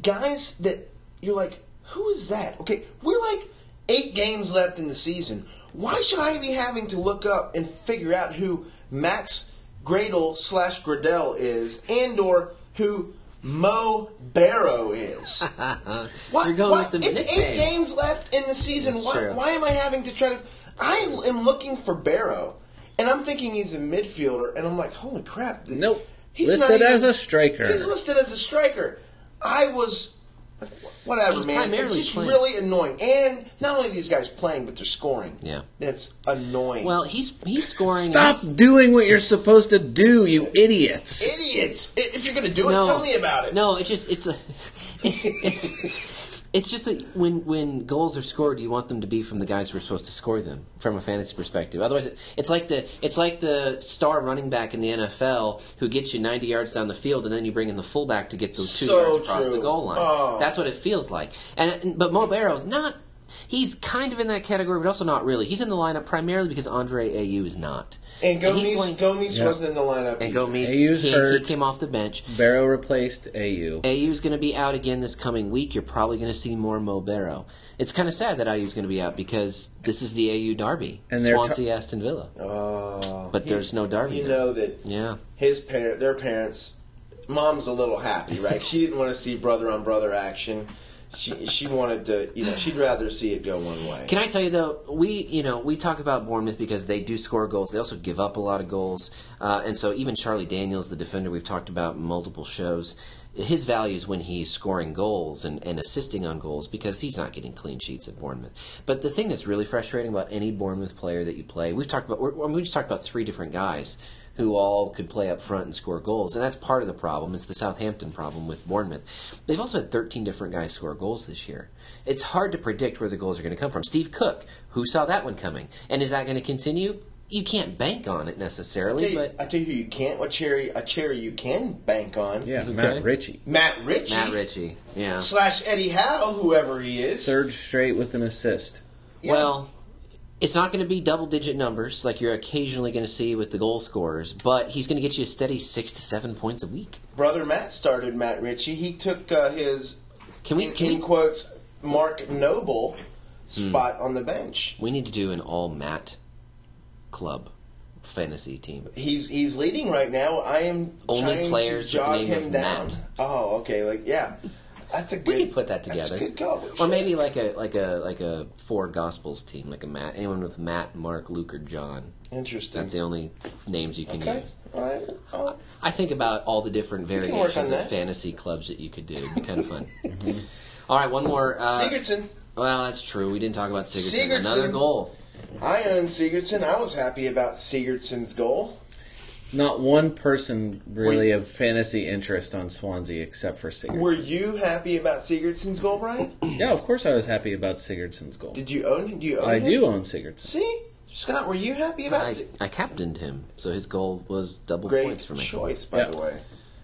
A: guys that you're like, who is that? Okay, we're like eight games left in the season. Why should I be having to look up and figure out who Max Gradle slash Gradell is and or who Mo Barrow is? why,
C: You're going
A: why-
C: with the
A: it's eight
C: nickname.
A: games left in the season.
C: That's
A: Why,
C: true.
A: why am I having to try to? I am looking for Barrow, and I'm thinking he's a midfielder, and I'm like, holy crap! th-
B: Nope.
A: He's not
B: Listed
A: even-
B: as a striker.
A: He's listed as a striker. I was whatever,
C: He's
A: man. It's
C: primarily
A: just
C: playing.
A: really annoying. And not only these guys playing, but they're scoring.
C: Yeah.
A: That's annoying.
C: Well, he's he's scoring.
B: Stop
C: us-
B: doing what you're supposed to do, you idiots.
A: idiots. I- If you're gonna do it, tell me about it.
C: No, it just it's a it's, it's, it's just that when when goals are scored, you want them to be from the guys who are supposed to score them from a fantasy perspective. Otherwise, it, it's like the it's like the star running back in the NFL who gets you 90 yards down the field, and then you bring in the fullback to get those two
A: So
C: yards across
A: true.
C: the goal line.
A: Oh.
C: That's what it feels like. And but Mo Barrow's not. He's kind of in that category, but also not really. He's in the lineup primarily because Andre Au is not.
A: And
C: he's
A: Gomes,
C: going-
A: Gomes
B: Yeah.
A: wasn't in the lineup.
C: And
A: either.
C: Gomes,
B: AU's
C: he, he
B: hurt.
C: came off the bench.
B: Barrow replaced AU.
C: AU is going to be out again this coming week. You're probably going to see more Mo Barrow. It's kind of sad that AU is going to be out because this is the AU derby,
B: And they're
C: Swansea Aston Villa.
A: Oh,
C: But there's no Darby
A: You
C: now.
A: know that
C: Yeah,
A: his parent, their parents, mom's a little happy, right? she didn't want to see brother on brother action. She she wanted to, you know, she'd rather see it go one way.
C: Can I tell you though, we you know we talk about Bournemouth because they do score goals. They also give up a lot of goals, uh, and so even Charlie Daniels, the defender we've talked about in multiple shows, his value is when he's scoring goals and, and assisting on goals because he's not getting clean sheets at Bournemouth. But the thing that's really frustrating about any Bournemouth player that you play, we've talked about. We're, I mean, we just talked about three different guys who all could play up front and score goals. And that's part of the problem. It's the Southampton problem with Bournemouth. They've also had 13 different guys score goals this year. It's hard to predict where the goals are going to come from. Steve Cook, who saw that one coming? And is that going to continue? You can't bank on it
A: tell
C: necessarily,
A: you,
C: but
A: I tell you, who you can't. A cherry, a cherry you can bank on.
B: Yeah,
C: Okay.
B: Matt Ritchie.
A: Matt Ritchie.
C: Matt Ritchie, yeah.
A: slash Eddie Howe, whoever he is.
B: Third straight with an assist.
A: Yeah.
C: Well, it's not going to be double digit numbers like you're occasionally going to see with the goal scorers, but he's going to get you a steady six to seven points a week.
A: brother Matt started Matt Ritchie. He took uh, his
C: Can we?
A: in,
C: Can
A: in
C: we, Hmm.
A: quotes Mark Noble spot on the bench.
C: we need to do an all Matt club fantasy team.
A: He's he's leading right now. I am
C: Only
A: trying
C: players with
A: to
C: the
A: jog
C: name
A: him
C: of
A: down.
C: Matt.
A: Oh, okay, like yeah, that's a good.
C: We could put that
A: that's
C: together,
A: a good call. We
C: or
A: should.
C: maybe like a like a like a four gospels team, like a Matt. Anyone with Matt, Mark, Luke, or John.
A: interesting.
C: That's the only names you can
A: okay,
C: use.
A: all right. Oh, I'll-
C: I think about all the different
A: work
C: variations
A: on
C: of
A: that. Mm-hmm.
C: fantasy clubs that you could do. It'd be kind of fun. All right, one more. Uh,
A: Sigurdsson,
C: Well, that's true. We didn't talk about Sigurdsson.
A: Sigurdsson.
C: Another goal.
A: I own Sigurdsson. I was happy about Sigurdsson's goal.
B: Not one person really
A: Were-
B: of fantasy interest on Swansea except for Sigurdsson.
A: Were you happy about Sigurdsson's goal, Brian?
B: yeah, of course I was happy about Sigurdsson's goal.
A: Did you own? Do you own
B: I
A: him?
B: do own Sigurdsson.
A: See, Scott, were you happy about
C: I,
A: Sig-
C: I captained him, so his goal was double
A: Great
C: points for me.
A: choice, by
B: Yeah.
A: the way.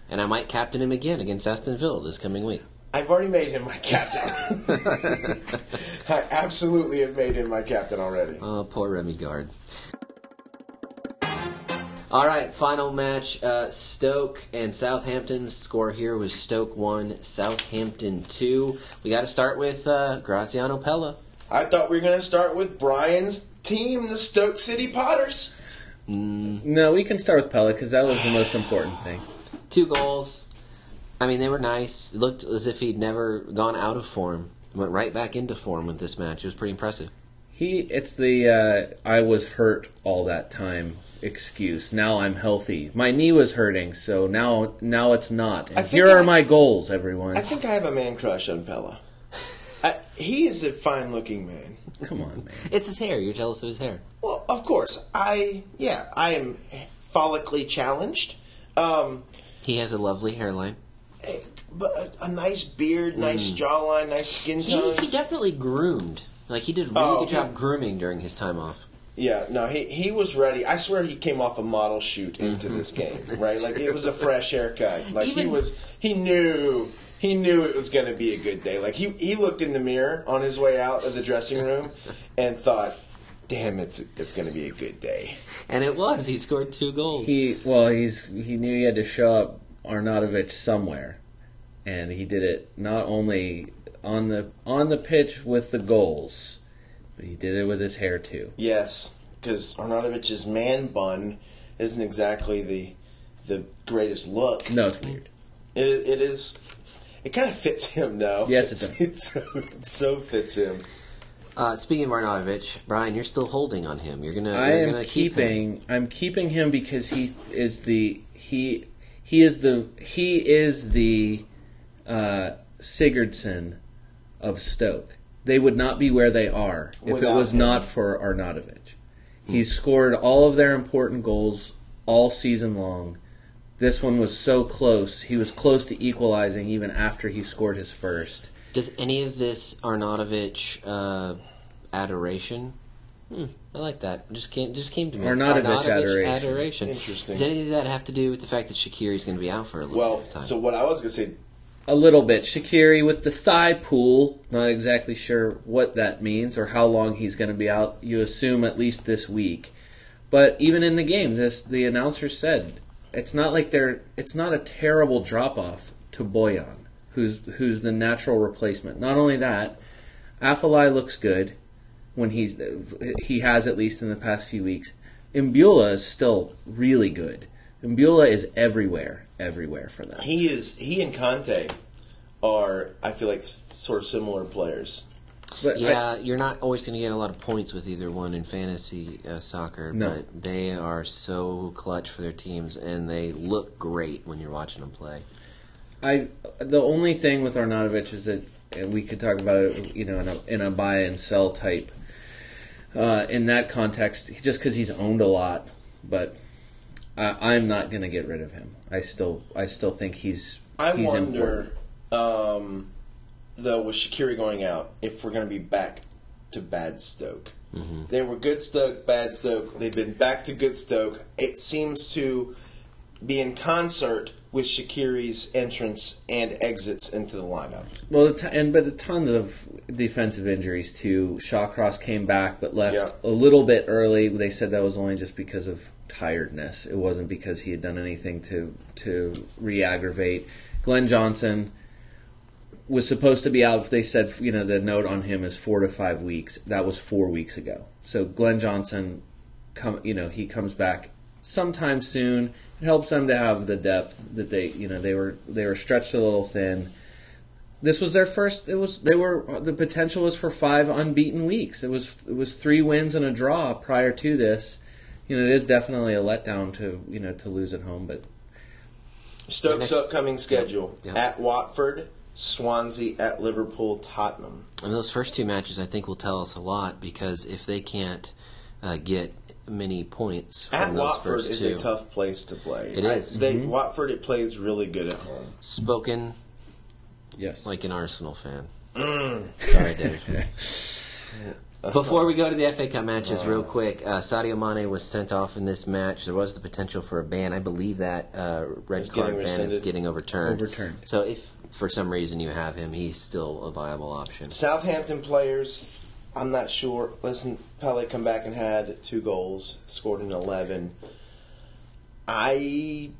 C: And I might captain him again against Aston Villa this coming week.
A: I've already made him my captain. I absolutely have made him my captain already.
C: Oh, poor Remy Guard. All right, final match. Uh, Stoke and Southampton. Score here was Stoke 1, Southampton 2. We got to start with uh, Graziano Pella.
A: I thought we were going to start with Brian's team, the Stoke City Potters.
B: No, we can start with Pella because that was the most important thing.
C: Two goals. I mean, they were nice. It looked as if he'd never gone out of form. Went right back into form with this match. It was pretty impressive.
B: He, it's the uh, I was hurt all that time excuse. Now I'm healthy. My knee was hurting, so now now it's not. And
A: I think
B: here are
A: I-
B: my goals, everyone.
A: I think I have a man crush on Pella. I, he is a fine looking man.
B: Come on, man.
C: It's his hair. You're jealous of his hair.
A: Well, of course. I, yeah, I am follically challenged. Um,
C: He has a lovely hairline.
A: eh, but a, a nice beard, nice jawline, nice skin
C: He, he
A: tones.
C: definitely groomed. Like, he did a really
A: Oh,
C: good
A: he-
C: job grooming during his time off.
A: Yeah, no, he he was ready. I swear he came off a model shoot into this game, right? Like it was a fresh haircut. Like he
C: Even-
A: was he knew he knew it was going to be a good day. Like he he looked in the mirror on his way out of the dressing room and thought, "Damn, it's it's going to be a good day."
C: And it was. He scored two goals.
B: He well, he's he knew he had to show up Arnautovic somewhere, and he did it not only on the on the pitch with the goals, but he did it with his hair too.
A: Yes, cuz Arnautovic's man bun isn't exactly the the greatest look.
B: No, it's weird.
A: It, it is it kind of fits him though.
B: Yes, it
A: It's- It's
B: does.
A: so, it so fits him.
C: Uh, speaking of Arnautovic, Brian, you're still holding on him. You're gonna.
B: I
C: you're
B: am
C: gonna keep him.
B: keeping. I'm keeping him because he is the he he is the he is the uh, Sigurdsson of Stoke. They would not be where they are if
A: Without
B: it was
A: him.
B: not for Arnautovic. He scored all of their important goals all season long. This one was so close. He was close to equalizing even after he scored his first.
C: Does any of this Arnautovic uh, adoration? Hmm, I like that. Just came. Just came to me.
B: Arnautovic adoration.
A: Interesting.
C: Does any of that have to do with the fact that Shakiri's going to be out for a little
A: Well,
C: bit of time?
A: so what I was going to say
B: A little bit. Shakiri with the thigh pull. Not exactly sure what that means or how long he's going to be out. You assume at least this week. But even in the game, this the announcer said it's not like they're it's not a terrible drop off to Boyan, who's who's the natural replacement. Not only that, Afalai looks good when he's he has at least in the past few weeks. Imbula is still really good. Imbula is everywhere, everywhere for them.
A: he is he and Conte are I feel like s- sort of similar players.
B: But I-
C: yeah, you're not always going to get a lot of points with either one in fantasy uh, soccer,
B: No.
C: but they are so clutch for their teams, and they look great when you're watching them play.
B: I the only thing with Arnautovic is that and we could talk about it, you know, in a, in a buy and sell type. Uh, in that context, just because he's owned a lot, but I, I'm not going to get rid of him. I still, I still think he's.
A: I
B: he's important.
A: wonder, um, though, with Shakiri going out, if we're going to be back to bad Stoke.
C: Mm-hmm.
A: They were good Stoke, bad Stoke. They've been back to good Stoke. It seems to be in concert with Shakiri's entrance and exits into the lineup.
B: Well, t- and but tons of defensive injuries too. Shawcross came back but left
A: Yeah.
B: a little bit early. They said that was only just because of tiredness. It wasn't because he had done anything to to re-aggravate. Glenn Johnson was supposed to be out. If they said you know the note on him is four to five weeks, that was four weeks ago. So Glenn Johnson, come you know he comes back sometime soon. It helps them to have the depth that they you know they were they were stretched a little thin this was their first it was they were uh, the potential was for five unbeaten weeks it was it was three wins and a draw prior to this you know it is definitely a letdown to you know to lose at home but
A: Stoke's
C: Their next-
A: upcoming schedule
C: Yep, yep.
A: at Watford, Swansea, at Liverpool, Tottenham.
C: And those first two matches, I think, will tell us a lot because if they can't uh, get many points from
A: At
C: those
A: Watford
C: first
A: is
C: two,
A: a tough place to play.
C: It
A: I-
C: is. Mm-hmm.
A: They, Watford it plays really good at home.
C: spoken
B: yes
C: like an Arsenal fan.
A: Mm.
C: Sorry, Dave. Before we go to the FA Cup matches, real quick, uh, Sadio Mane was sent off in this match. There was the potential for a ban. I believe that uh, red
A: It's
C: card
A: getting
C: ban is
A: rescinded.
C: getting overturned.
B: Overturned.
C: So if for some reason you have him, he's still a viable option.
A: Southampton players, I'm not sure. Listen, Pele come back and had two goals, scored an 11. I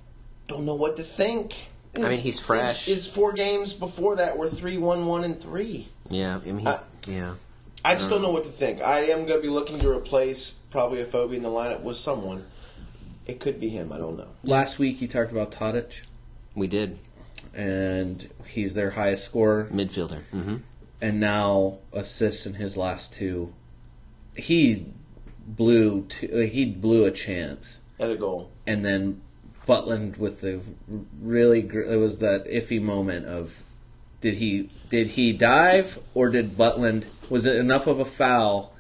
A: don't know what to think.
C: mean, he's fresh.
A: His, his four games before that were three, one, one, and 3.
C: Yeah, I mean, he's,
A: Uh,
C: yeah.
A: I just don't know what to think. I am going to be looking to replace probably a phobia in the lineup with someone. It could be him. I don't know.
B: Last week you talked about Tadic,
C: We did.
B: and he's their highest scorer,
C: Midfielder. hmm
B: and now assists in his last two. He blew two, he blew a chance.
A: At a goal.
B: and then Butland with the really gr- it was that iffy moment of did he did he dive or did Butland was it enough of a foul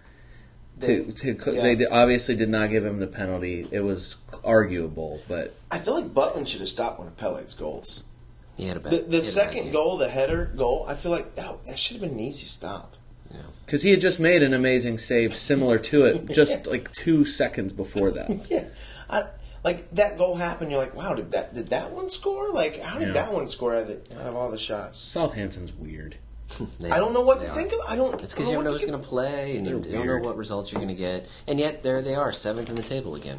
B: to to co-
A: yeah.
B: they di- obviously did not give him the penalty it was arguable but
A: I feel like Butland should have stopped one of Pele's goals.
C: He had a bad
A: The,
C: he had a
A: the
C: bad
A: second
C: game.
A: goal, the header goal, I feel like that, that should have been an easy stop.
C: Yeah.
B: because he had just made an amazing save similar to it just like two seconds before that
A: Yeah, I, like that goal happened. You're like, wow, did that did that one score? Like, how did
B: Yeah.
A: that one score out of, the, out of all the shots?
B: Southampton's weird
C: They-
A: I don't know what to
C: they are.
A: think of. I don't.
C: It's
A: I
C: because
A: don't
C: you don't know who's
A: what to
C: going to play, and you
B: They're
C: don't know
B: weird.
C: what results you're going to get. And yet, there they are, seventh in the table again.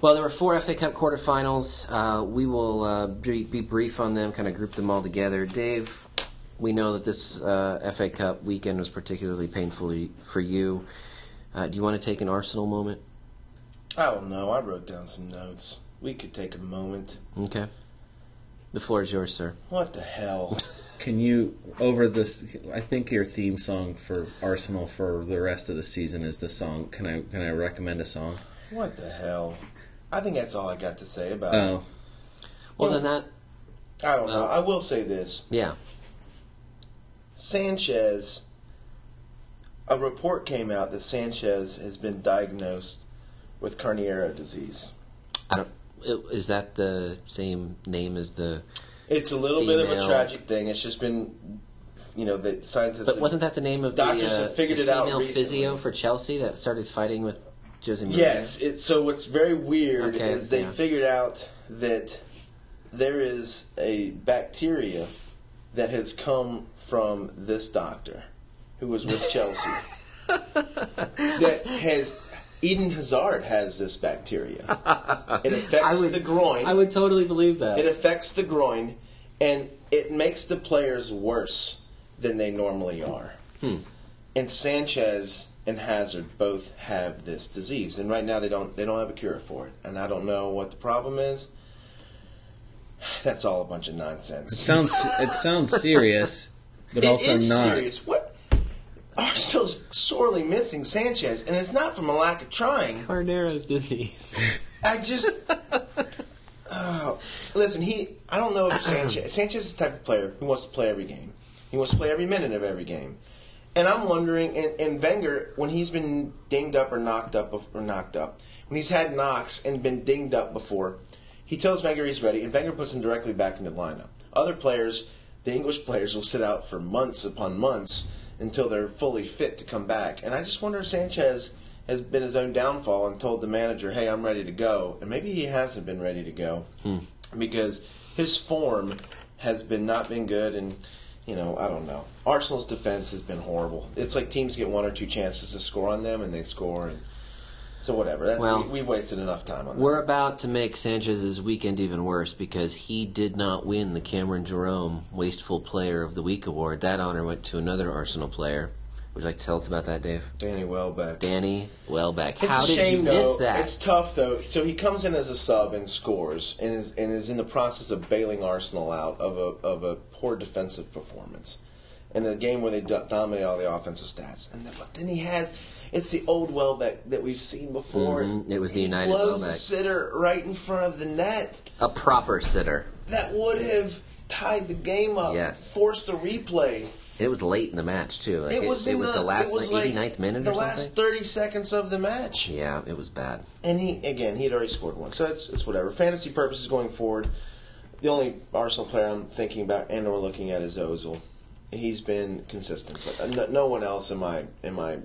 C: Well, there were four FA Cup quarterfinals. Uh, we will uh, be, be brief on them, kind of group them all together. Dave, we know that this uh, FA Cup weekend was particularly painful y- for you. Uh, do you want to take an Arsenal moment?
A: get. I don't know. I wrote down some notes. We could take a moment.
C: Okay. The floor is yours, sir.
A: What the hell?
B: Can you over this? I think your theme song for Arsenal for the rest of the season is the song. Can I can I recommend a song?
A: what the hell? I think that's all I got to say about
C: Um,
A: it.
B: Oh,
C: Well,
A: Yeah.
C: then that,
A: I don't know.
C: Uh,
A: I will say this.
C: yeah.
A: Sanchez, a report came out that Sanchez has been diagnosed with Carniero disease.
C: I don't. Is that the same name as the?
A: It's a little bit of a
C: Female.
A: tragic thing. It's just been, you know, the scientists.
C: But wasn't that the name of
A: Doctors
C: the, uh,
A: have figured
C: the
A: it out
C: female
A: recently.
C: physio for Chelsea that started fighting with Jose Mourinho?
A: Yes. It's so what's very weird
C: Okay,
A: is they
C: yeah.
A: figured out that there is a bacteria that has come from this doctor who was with Chelsea that has. Eden Hazard has this bacteria. It affects the groin.
C: I would totally believe that.
A: It affects the groin, and it makes the players worse than they normally are.
B: Hmm.
A: And Sanchez and Hazard both have this disease, and right now they don't they don't have a cure for it. And I don't know what the problem is. That's all a bunch of
B: it
A: nonsense.
B: sounds it sounds serious, but also
A: it is
B: not.
A: serious. What? Arsenal's sorely missing Sanchez, and it's not from a lack of trying.
C: Carnero's disease.
A: I just. oh, listen, he. I don't know if Sanchez. Sanchez is the type of player who wants to play every game. He wants to play every minute of every game. And I'm wondering, and, and Wenger, when he's been dinged up or knocked up bef- or knocked up, when he's had knocks and been dinged up before, he tells Wenger he's ready, and Wenger puts him directly back in the lineup. Other players, the English players, will sit out for months upon months until they're fully fit to come back. And I just wonder if Sanchez has been his own downfall and told the manager, "Hey, I'm ready to go," and maybe he hasn't been ready to go because his form has been not been good and you know i don't know arsenal's defense has been horrible it's like teams get one or two chances to score on them and they score and so whatever That's,
C: Well,
A: we, have wasted enough time on
C: We're
A: that
C: about to make Sanchez's weekend even worse because he did not win the Cameron Jerome Wasteful Player of the Week award. That honor went to another Arsenal player. Would you like to tell us about that, Dave?
A: danny welbeck
C: Danny Welbeck.
A: it's
C: How
A: a
C: did
A: shame
C: you
A: though
C: miss that?
A: it's tough though so he comes in as a sub and scores and is, and is in the process of bailing arsenal out of a, of a poor defensive performance in a game where they do- dominate all the offensive stats and then, but then he has it's the old Welbeck that we've seen before.
C: Mhm, it was the
A: He
C: United
A: blows the
C: Welbeck.
A: sitter right in front of the net.
C: a proper sitter.
A: that would have tied the game up,
C: Yes.
A: forced a replay.
C: It was late in the match too. Like
A: It was in
C: the, last
A: it was
C: like,
A: like
C: 89th minute
A: the
C: or something.
A: last thirty seconds of the match.
C: yeah, it was bad.
A: And he again, he had already scored one, so it's it's whatever. Fantasy purposes going forward, the only Arsenal player I'm thinking about and or uh, looking at is Ozil. He's been consistent, but no, no one else in my in my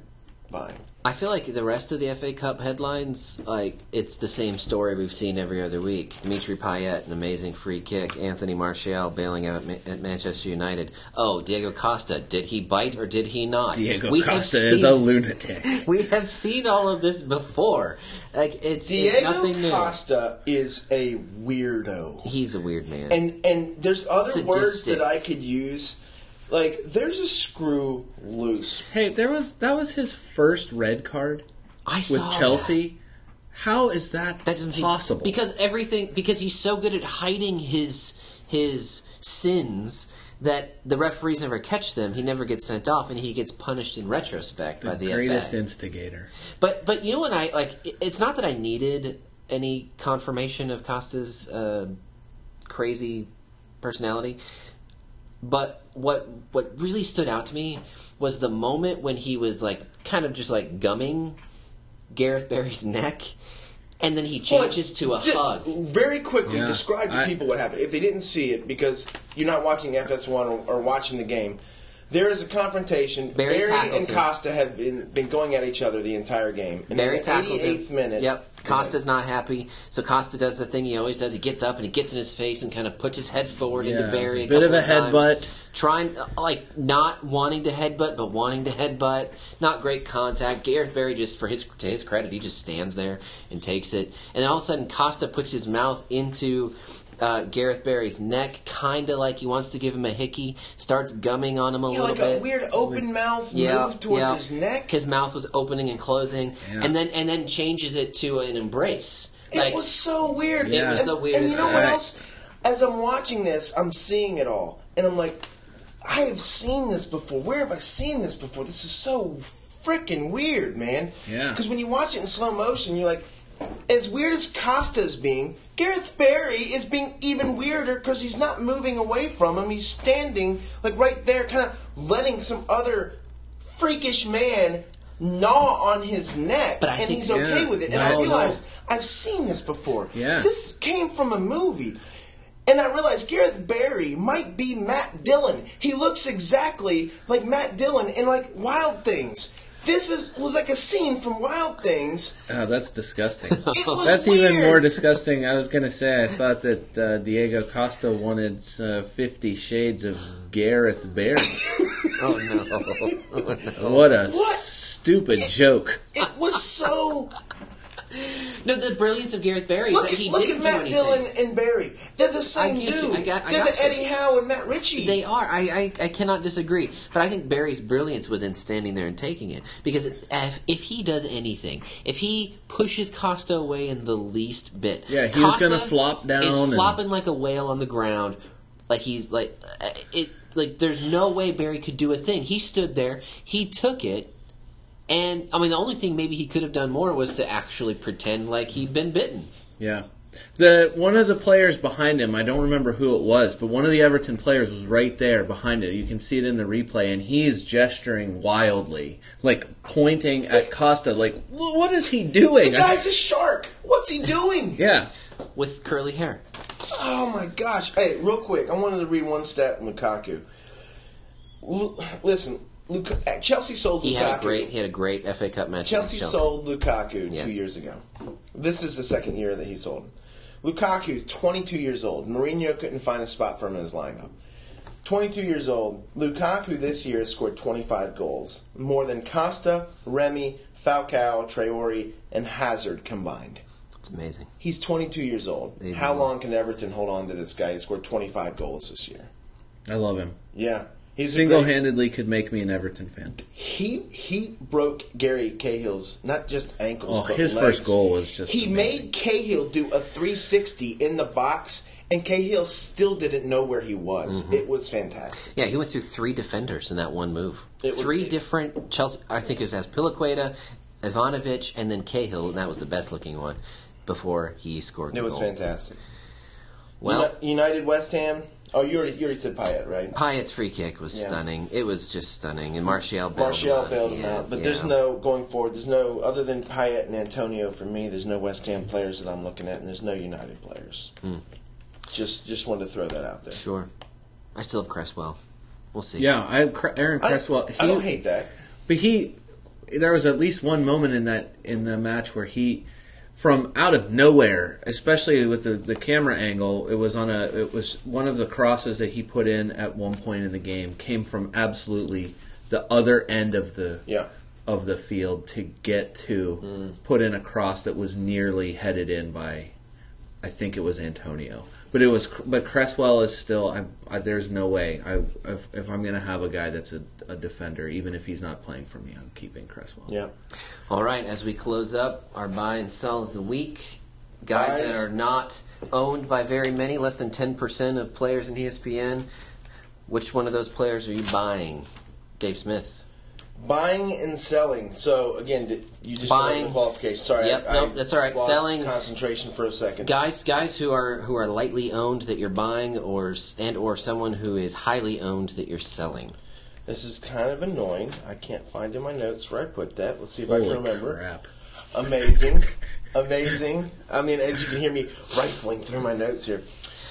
A: buying.
C: I feel like the rest of the FA Cup headlines, like it's the same story we've seen every other week. Dimitri Payet, an amazing free kick. Anthony Martial bailing out at, Ma- at Manchester United. Oh, Diego Costa, did he bite or did he not?
B: Diego
C: we have
B: Costa
C: seen,
B: is a lunatic.
C: We have seen all of this before. Like it's, it's nothing
A: Diego
C: new.
A: Costa is a weirdo.
C: He's a weird man.
A: And and there's other words
C: Sadistic.
A: that I could use. Like there's a screw loose.
B: Hey, there was that was his first red card
C: I
B: with
C: saw That.
B: Chelsea. How is that,
C: That doesn't seem
B: possible?
C: because everything because he's so good at hiding his his sins that the referees never catch them. He never gets sent off, and he gets punished in retrospect by the
B: greatest
C: FA.
B: instigator.
C: but but you and I like it- it's not that I needed any confirmation of Costa's uh, crazy personality, but what what really stood out to me was the moment when he was like kind of just like gumming Gareth Barry's neck, and then he changes to a
A: Ju-
C: hug.
A: Very quickly,
B: Yeah,
A: describe to
B: I-
A: people what happened. If they didn't see it, because you're not watching FS1 or, or watching the game, there is a confrontation.
C: Barry
A: Barry and
C: tackles him.
A: Costa have been, been going at each other the entire game. And
C: Barry
A: in the
C: tackles him.
A: 88th minute.
C: Yep. Costa's not happy, so Costa does the thing he always does. He gets up and he gets in his face and kind of puts his head forward
B: Yeah,
C: into Barry.
B: it was a bit of
C: couple
B: a
C: times.
B: headbutt.
C: trying like not wanting to headbutt, but wanting to headbutt. Not great contact. Gareth Barry just for his to his credit, he just stands there and takes it. And then all of a sudden, Costa puts his mouth into. Uh, Gareth Barry's neck, kind of like he wants to give him a hickey, starts gumming on him a
A: Yeah,
C: little
A: like
C: bit
A: a weird open mouth move towards his neck.
C: his mouth was opening and closing,
B: Yeah.
C: and then and then changes it to an embrace.
A: It was so weird.
B: It was
A: and,
C: the
A: And
C: weirdest
A: you know
C: thing.
A: what
B: Right.
A: else? As I'm watching this, I'm seeing it all, and I'm like, I have seen this before. Where have I seen this before? This is so freaking weird, man.
B: Yeah.
A: Because when you watch it in slow motion, you're like, as weird as Costa's being, Gareth Barry is being even weirder because he's not moving away from him. He's standing like right there, kind of letting some other freakish man gnaw on his neck,
C: But I
A: and
C: think-
A: he's okay
B: Yeah.
A: with it. And
B: No,
A: I
B: no.
A: realized I've seen this before.
B: Yeah.
A: This came from a movie. And I realized Gareth Barry might be Matt Dillon. He looks exactly like Matt Dillon in like Wild Things. This is was like a scene from Wild Things.
B: Oh, that's disgusting.
A: It was
B: That's
A: weird.
B: even more disgusting. I was gonna say I thought that uh, Diego Costa wanted uh, Fifty Shades of Gareth Barry.
C: oh no!
B: What a
A: What?
B: stupid joke!
A: It was so.
C: no, the brilliance of Gareth Barry is
A: look
C: that
A: at,
C: he
A: look
C: didn't
A: at
C: do
A: Matt
C: anything.
A: Dillon and Barry. They're the same
C: get you.
A: dude.
C: I got- I
A: They're the
C: got you.
A: Eddie Howe and Matt Ritchie.
C: They are. I, I I cannot disagree. But I think Barry's brilliance was in standing there and taking it because if, if he does anything, if he pushes Costa away in the least bit,
B: Yeah, he was
C: Costa
B: gonna flop down
C: Is
B: and-
C: flopping like a whale on the ground, like he's like uh, it. Like there's no way Barry could do a thing. He stood there. He took it. And I mean, the only thing maybe he could have done more was to actually pretend like he'd been bitten.
B: Yeah. The one of the players behind him, I don't remember who it was, but one of the Everton players was right there behind it. You can see it in the replay, and he is gesturing wildly, like pointing at Costa, like "Wh- what is he
A: The
B: doing?
A: guy's a shark. What's he doing?
B: yeah,
C: With curly hair,
A: Oh my gosh! Hey, real quick, I wanted to read one stat on Lukaku. Lu- listen, Luka- eh, Chelsea sold
C: he
A: Lukaku.
C: had a great he had a great FA Cup match.
A: Chelsea,
C: against
A: sold Lukaku
C: Yes.
A: two years ago. This is the second year that he sold him. Lukaku's 22 years old. Mourinho couldn't find a spot for him in his lineup. 22 years old. Lukaku this year has scored 25 goals, more than Costa, Remy, Falcao, Traore, and Hazard combined.
C: It's amazing.
A: He's 22 years old.
C: Even
A: How
C: more.
A: long can Everton hold on to this guy? He scored 25 goals this year.
B: I love him.
A: Yeah, he's a great-
B: Single-handedly could make me an Everton fan.
A: He he broke Gary Cahill's not just ankles.
B: Oh,
A: but
B: his
A: legs.
B: first goal was just
A: he
B: amazing.
A: made Cahill do a 360 in the box, and Cahill still didn't know where he was.
B: Mm-hmm.
A: It was fantastic.
C: Yeah, he went through three defenders in that one move.
A: It was-
C: three different Chelsea. I think it was Aspilicueta, Ivanovic, and then Cahill, and that was the best looking one before he scored.
A: It
C: the
A: was
C: goal.
A: fantastic.
C: Well,
A: Uni- United West Ham. Oh, you already you already said Payet, right?
C: Payet's free kick was
A: Yeah.
C: stunning. It was just stunning, and Martial bailed him
A: Martial
C: out.
A: bailed him
C: Yeah,
A: out, but
C: yeah.
A: there's no going forward. There's no other than Payet and Antonio for me. There's no West Ham players that I'm looking at, and there's no United players.
C: Hmm.
A: Just just wanted to throw that out there.
C: sure. I still have Cresswell. We'll see.
B: Yeah, I Cr- Aaron
A: I
B: Cresswell.
A: don't, I don't hate that.
B: But he, there was at least one moment in that in the match where he from out of nowhere, especially with the, the camera angle, it was on a it was one of the crosses that he put in at one point in the game came from absolutely the other end of the
A: Yeah.
B: of the field to get to
A: Mm.
B: put in a cross that was nearly headed in by I think it was Antonio. But it was but Cresswell is still I, I there's no way I if, if I'm going to have a guy that's a, a defender even if he's not playing for me, I'm keeping Cresswell.
A: Yeah.
C: All right, as we close up our buy and sell of the week, guys that
A: Guys.
C: are not owned by very many, less than 10% of players in E ESPN, which one of those players are you buying? Dave Smith.
A: Buying and selling. So again, did, you just
C: Buying.
A: started the qualification. Sorry.
C: Yep, nope, that's all right.
A: lost
C: Selling.
A: Concentration for a second.
C: Guys, guys who are who are lightly owned that you're buying or s- and or someone who is highly owned that you're selling.
A: This is kind of annoying. I can't find in my notes where I put that. Let's see if I
B: Holy
A: can remember.
B: crap.
A: Amazing. Amazing. I mean, as you can hear me rifling through my notes here.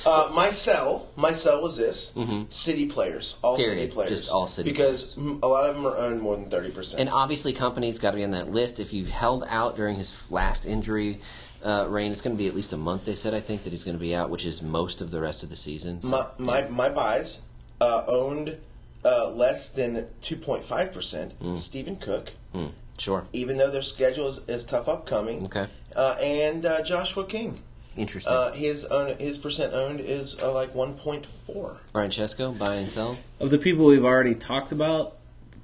A: Uh, my cell, my cell was this: city players, all city
C: Mm-hmm. Period.
A: players,
C: Just all city
A: because m a a lot of them are owned more than thirty percent.
C: And obviously, company's got to be on that list. If you've held out during his last injury uh, reign, it's going to be at least a month. They said I think that he's going to be out, which is most of the rest of the season. So,
A: My my, my buys uh, owned uh, less than two point five percent.
C: Mm.
A: Stephen Cook,
C: Hmm, sure,
A: even though their schedule is, is tough upcoming,
C: okay,
A: uh, and uh, Joshua King.
C: interesting.
A: Uh, his own his percent owned is uh, like one point four.
C: Brian Chesko, buy and sell.
B: Of the people we've already talked about,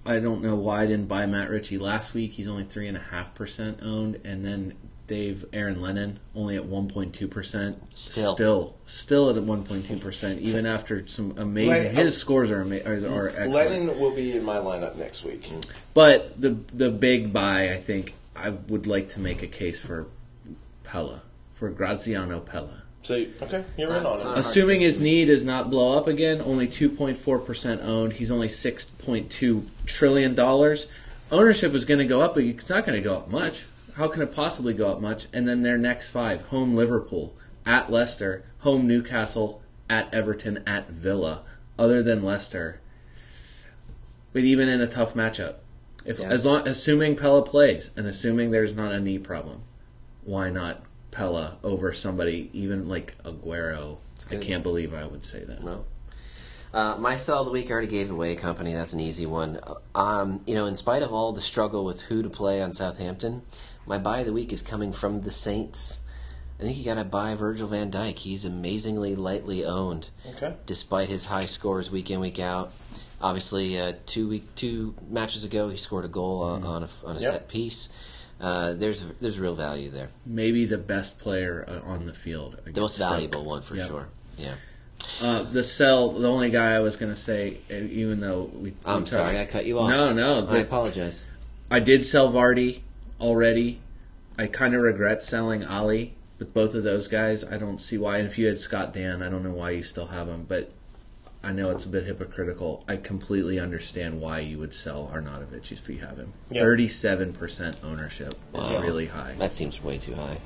B: I don't know why I didn't buy Matt Ritchie last week. He's only three and a half percent owned, and then Dave Aaron Lennon only at one point two percent.
C: Still.
B: still, still at one point two percent, even after some amazing.
A: Lennon-
B: his scores are ama- are, are excellent.
A: Lennon will be in my lineup next week.
C: Mm.
B: But the the big buy, I think, I would like to make a case for Pella, for Graziano Pella.
A: So okay, you're in
C: Uh,
A: on
C: it's
A: it.
C: not-
B: Assuming his knee does not blow up again, only 2.4% owned. He's only $6.2 trillion. dollars. Ownership is going to go up, but it's not going to go up much. How can it possibly go up much? And then their next five home Liverpool, at Leicester, home Newcastle, at Everton, at Villa, other than Leicester. But even in a tough matchup, if
C: Yeah.
B: as long assuming Pella plays and assuming there's not a knee problem, why not Pella over somebody even like Aguero? I
C: good.
B: can't believe I would say that.
C: No. Uh, my sell of the week I already gave away company. That's an easy one. Um, you know, in spite of all the struggle with who to play on Southampton, my buy of the week is coming from the Saints. I think you got to buy Virgil Van Dyke. He's amazingly lightly owned.
A: Okay.
C: despite his high scores week in week out. Obviously, uh, two week two matches ago, he scored a goal on, on a, on a
A: Yep.
C: set piece. Uh, there's there's real value there,
B: Maybe the best player uh, on the field.
C: the most
B: against
C: valuable
B: Stoke.
C: one for
B: Yeah.
C: sure. Yeah,
B: Uh, the cell, the only guy I was going to say, uh, even though we,
C: I'm
B: we
C: sorry
B: talked-
C: I cut you off.
B: No, no,
C: I
B: the-
C: apologize.
B: I did sell Vardy already. I kind of regret selling Ali, but both of those guys, I don't see why. And if you had Scott Dan, I don't know why you still have him, but I know it's a bit hypocritical. I completely understand why you would sell Arnautovic if you have him.
A: Yeah.
B: 37% ownership is really high.
C: That seems way too high.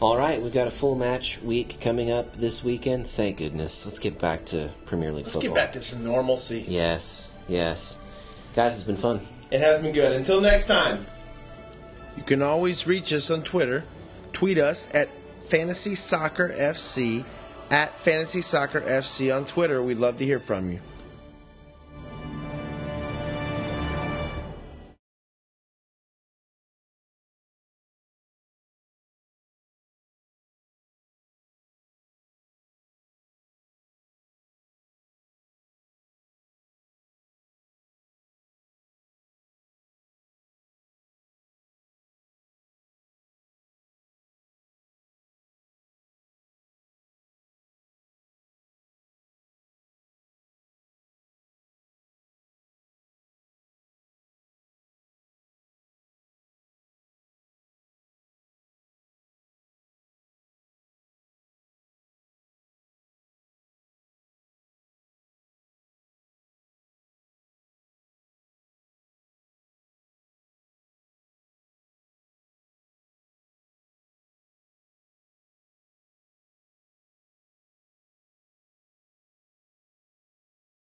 C: All right, we've got a full match week coming up this weekend. Thank goodness. Let's get back to Premier League
A: Let's get
C: football.
A: back to some normalcy.
C: Yes, yes, guys, it's been fun.
A: It has been good. Until next time. You can always reach us on Twitter. Tweet us at Fantasy Soccer FC at Fantasy Soccer FC on Twitter. We'd love to hear from you.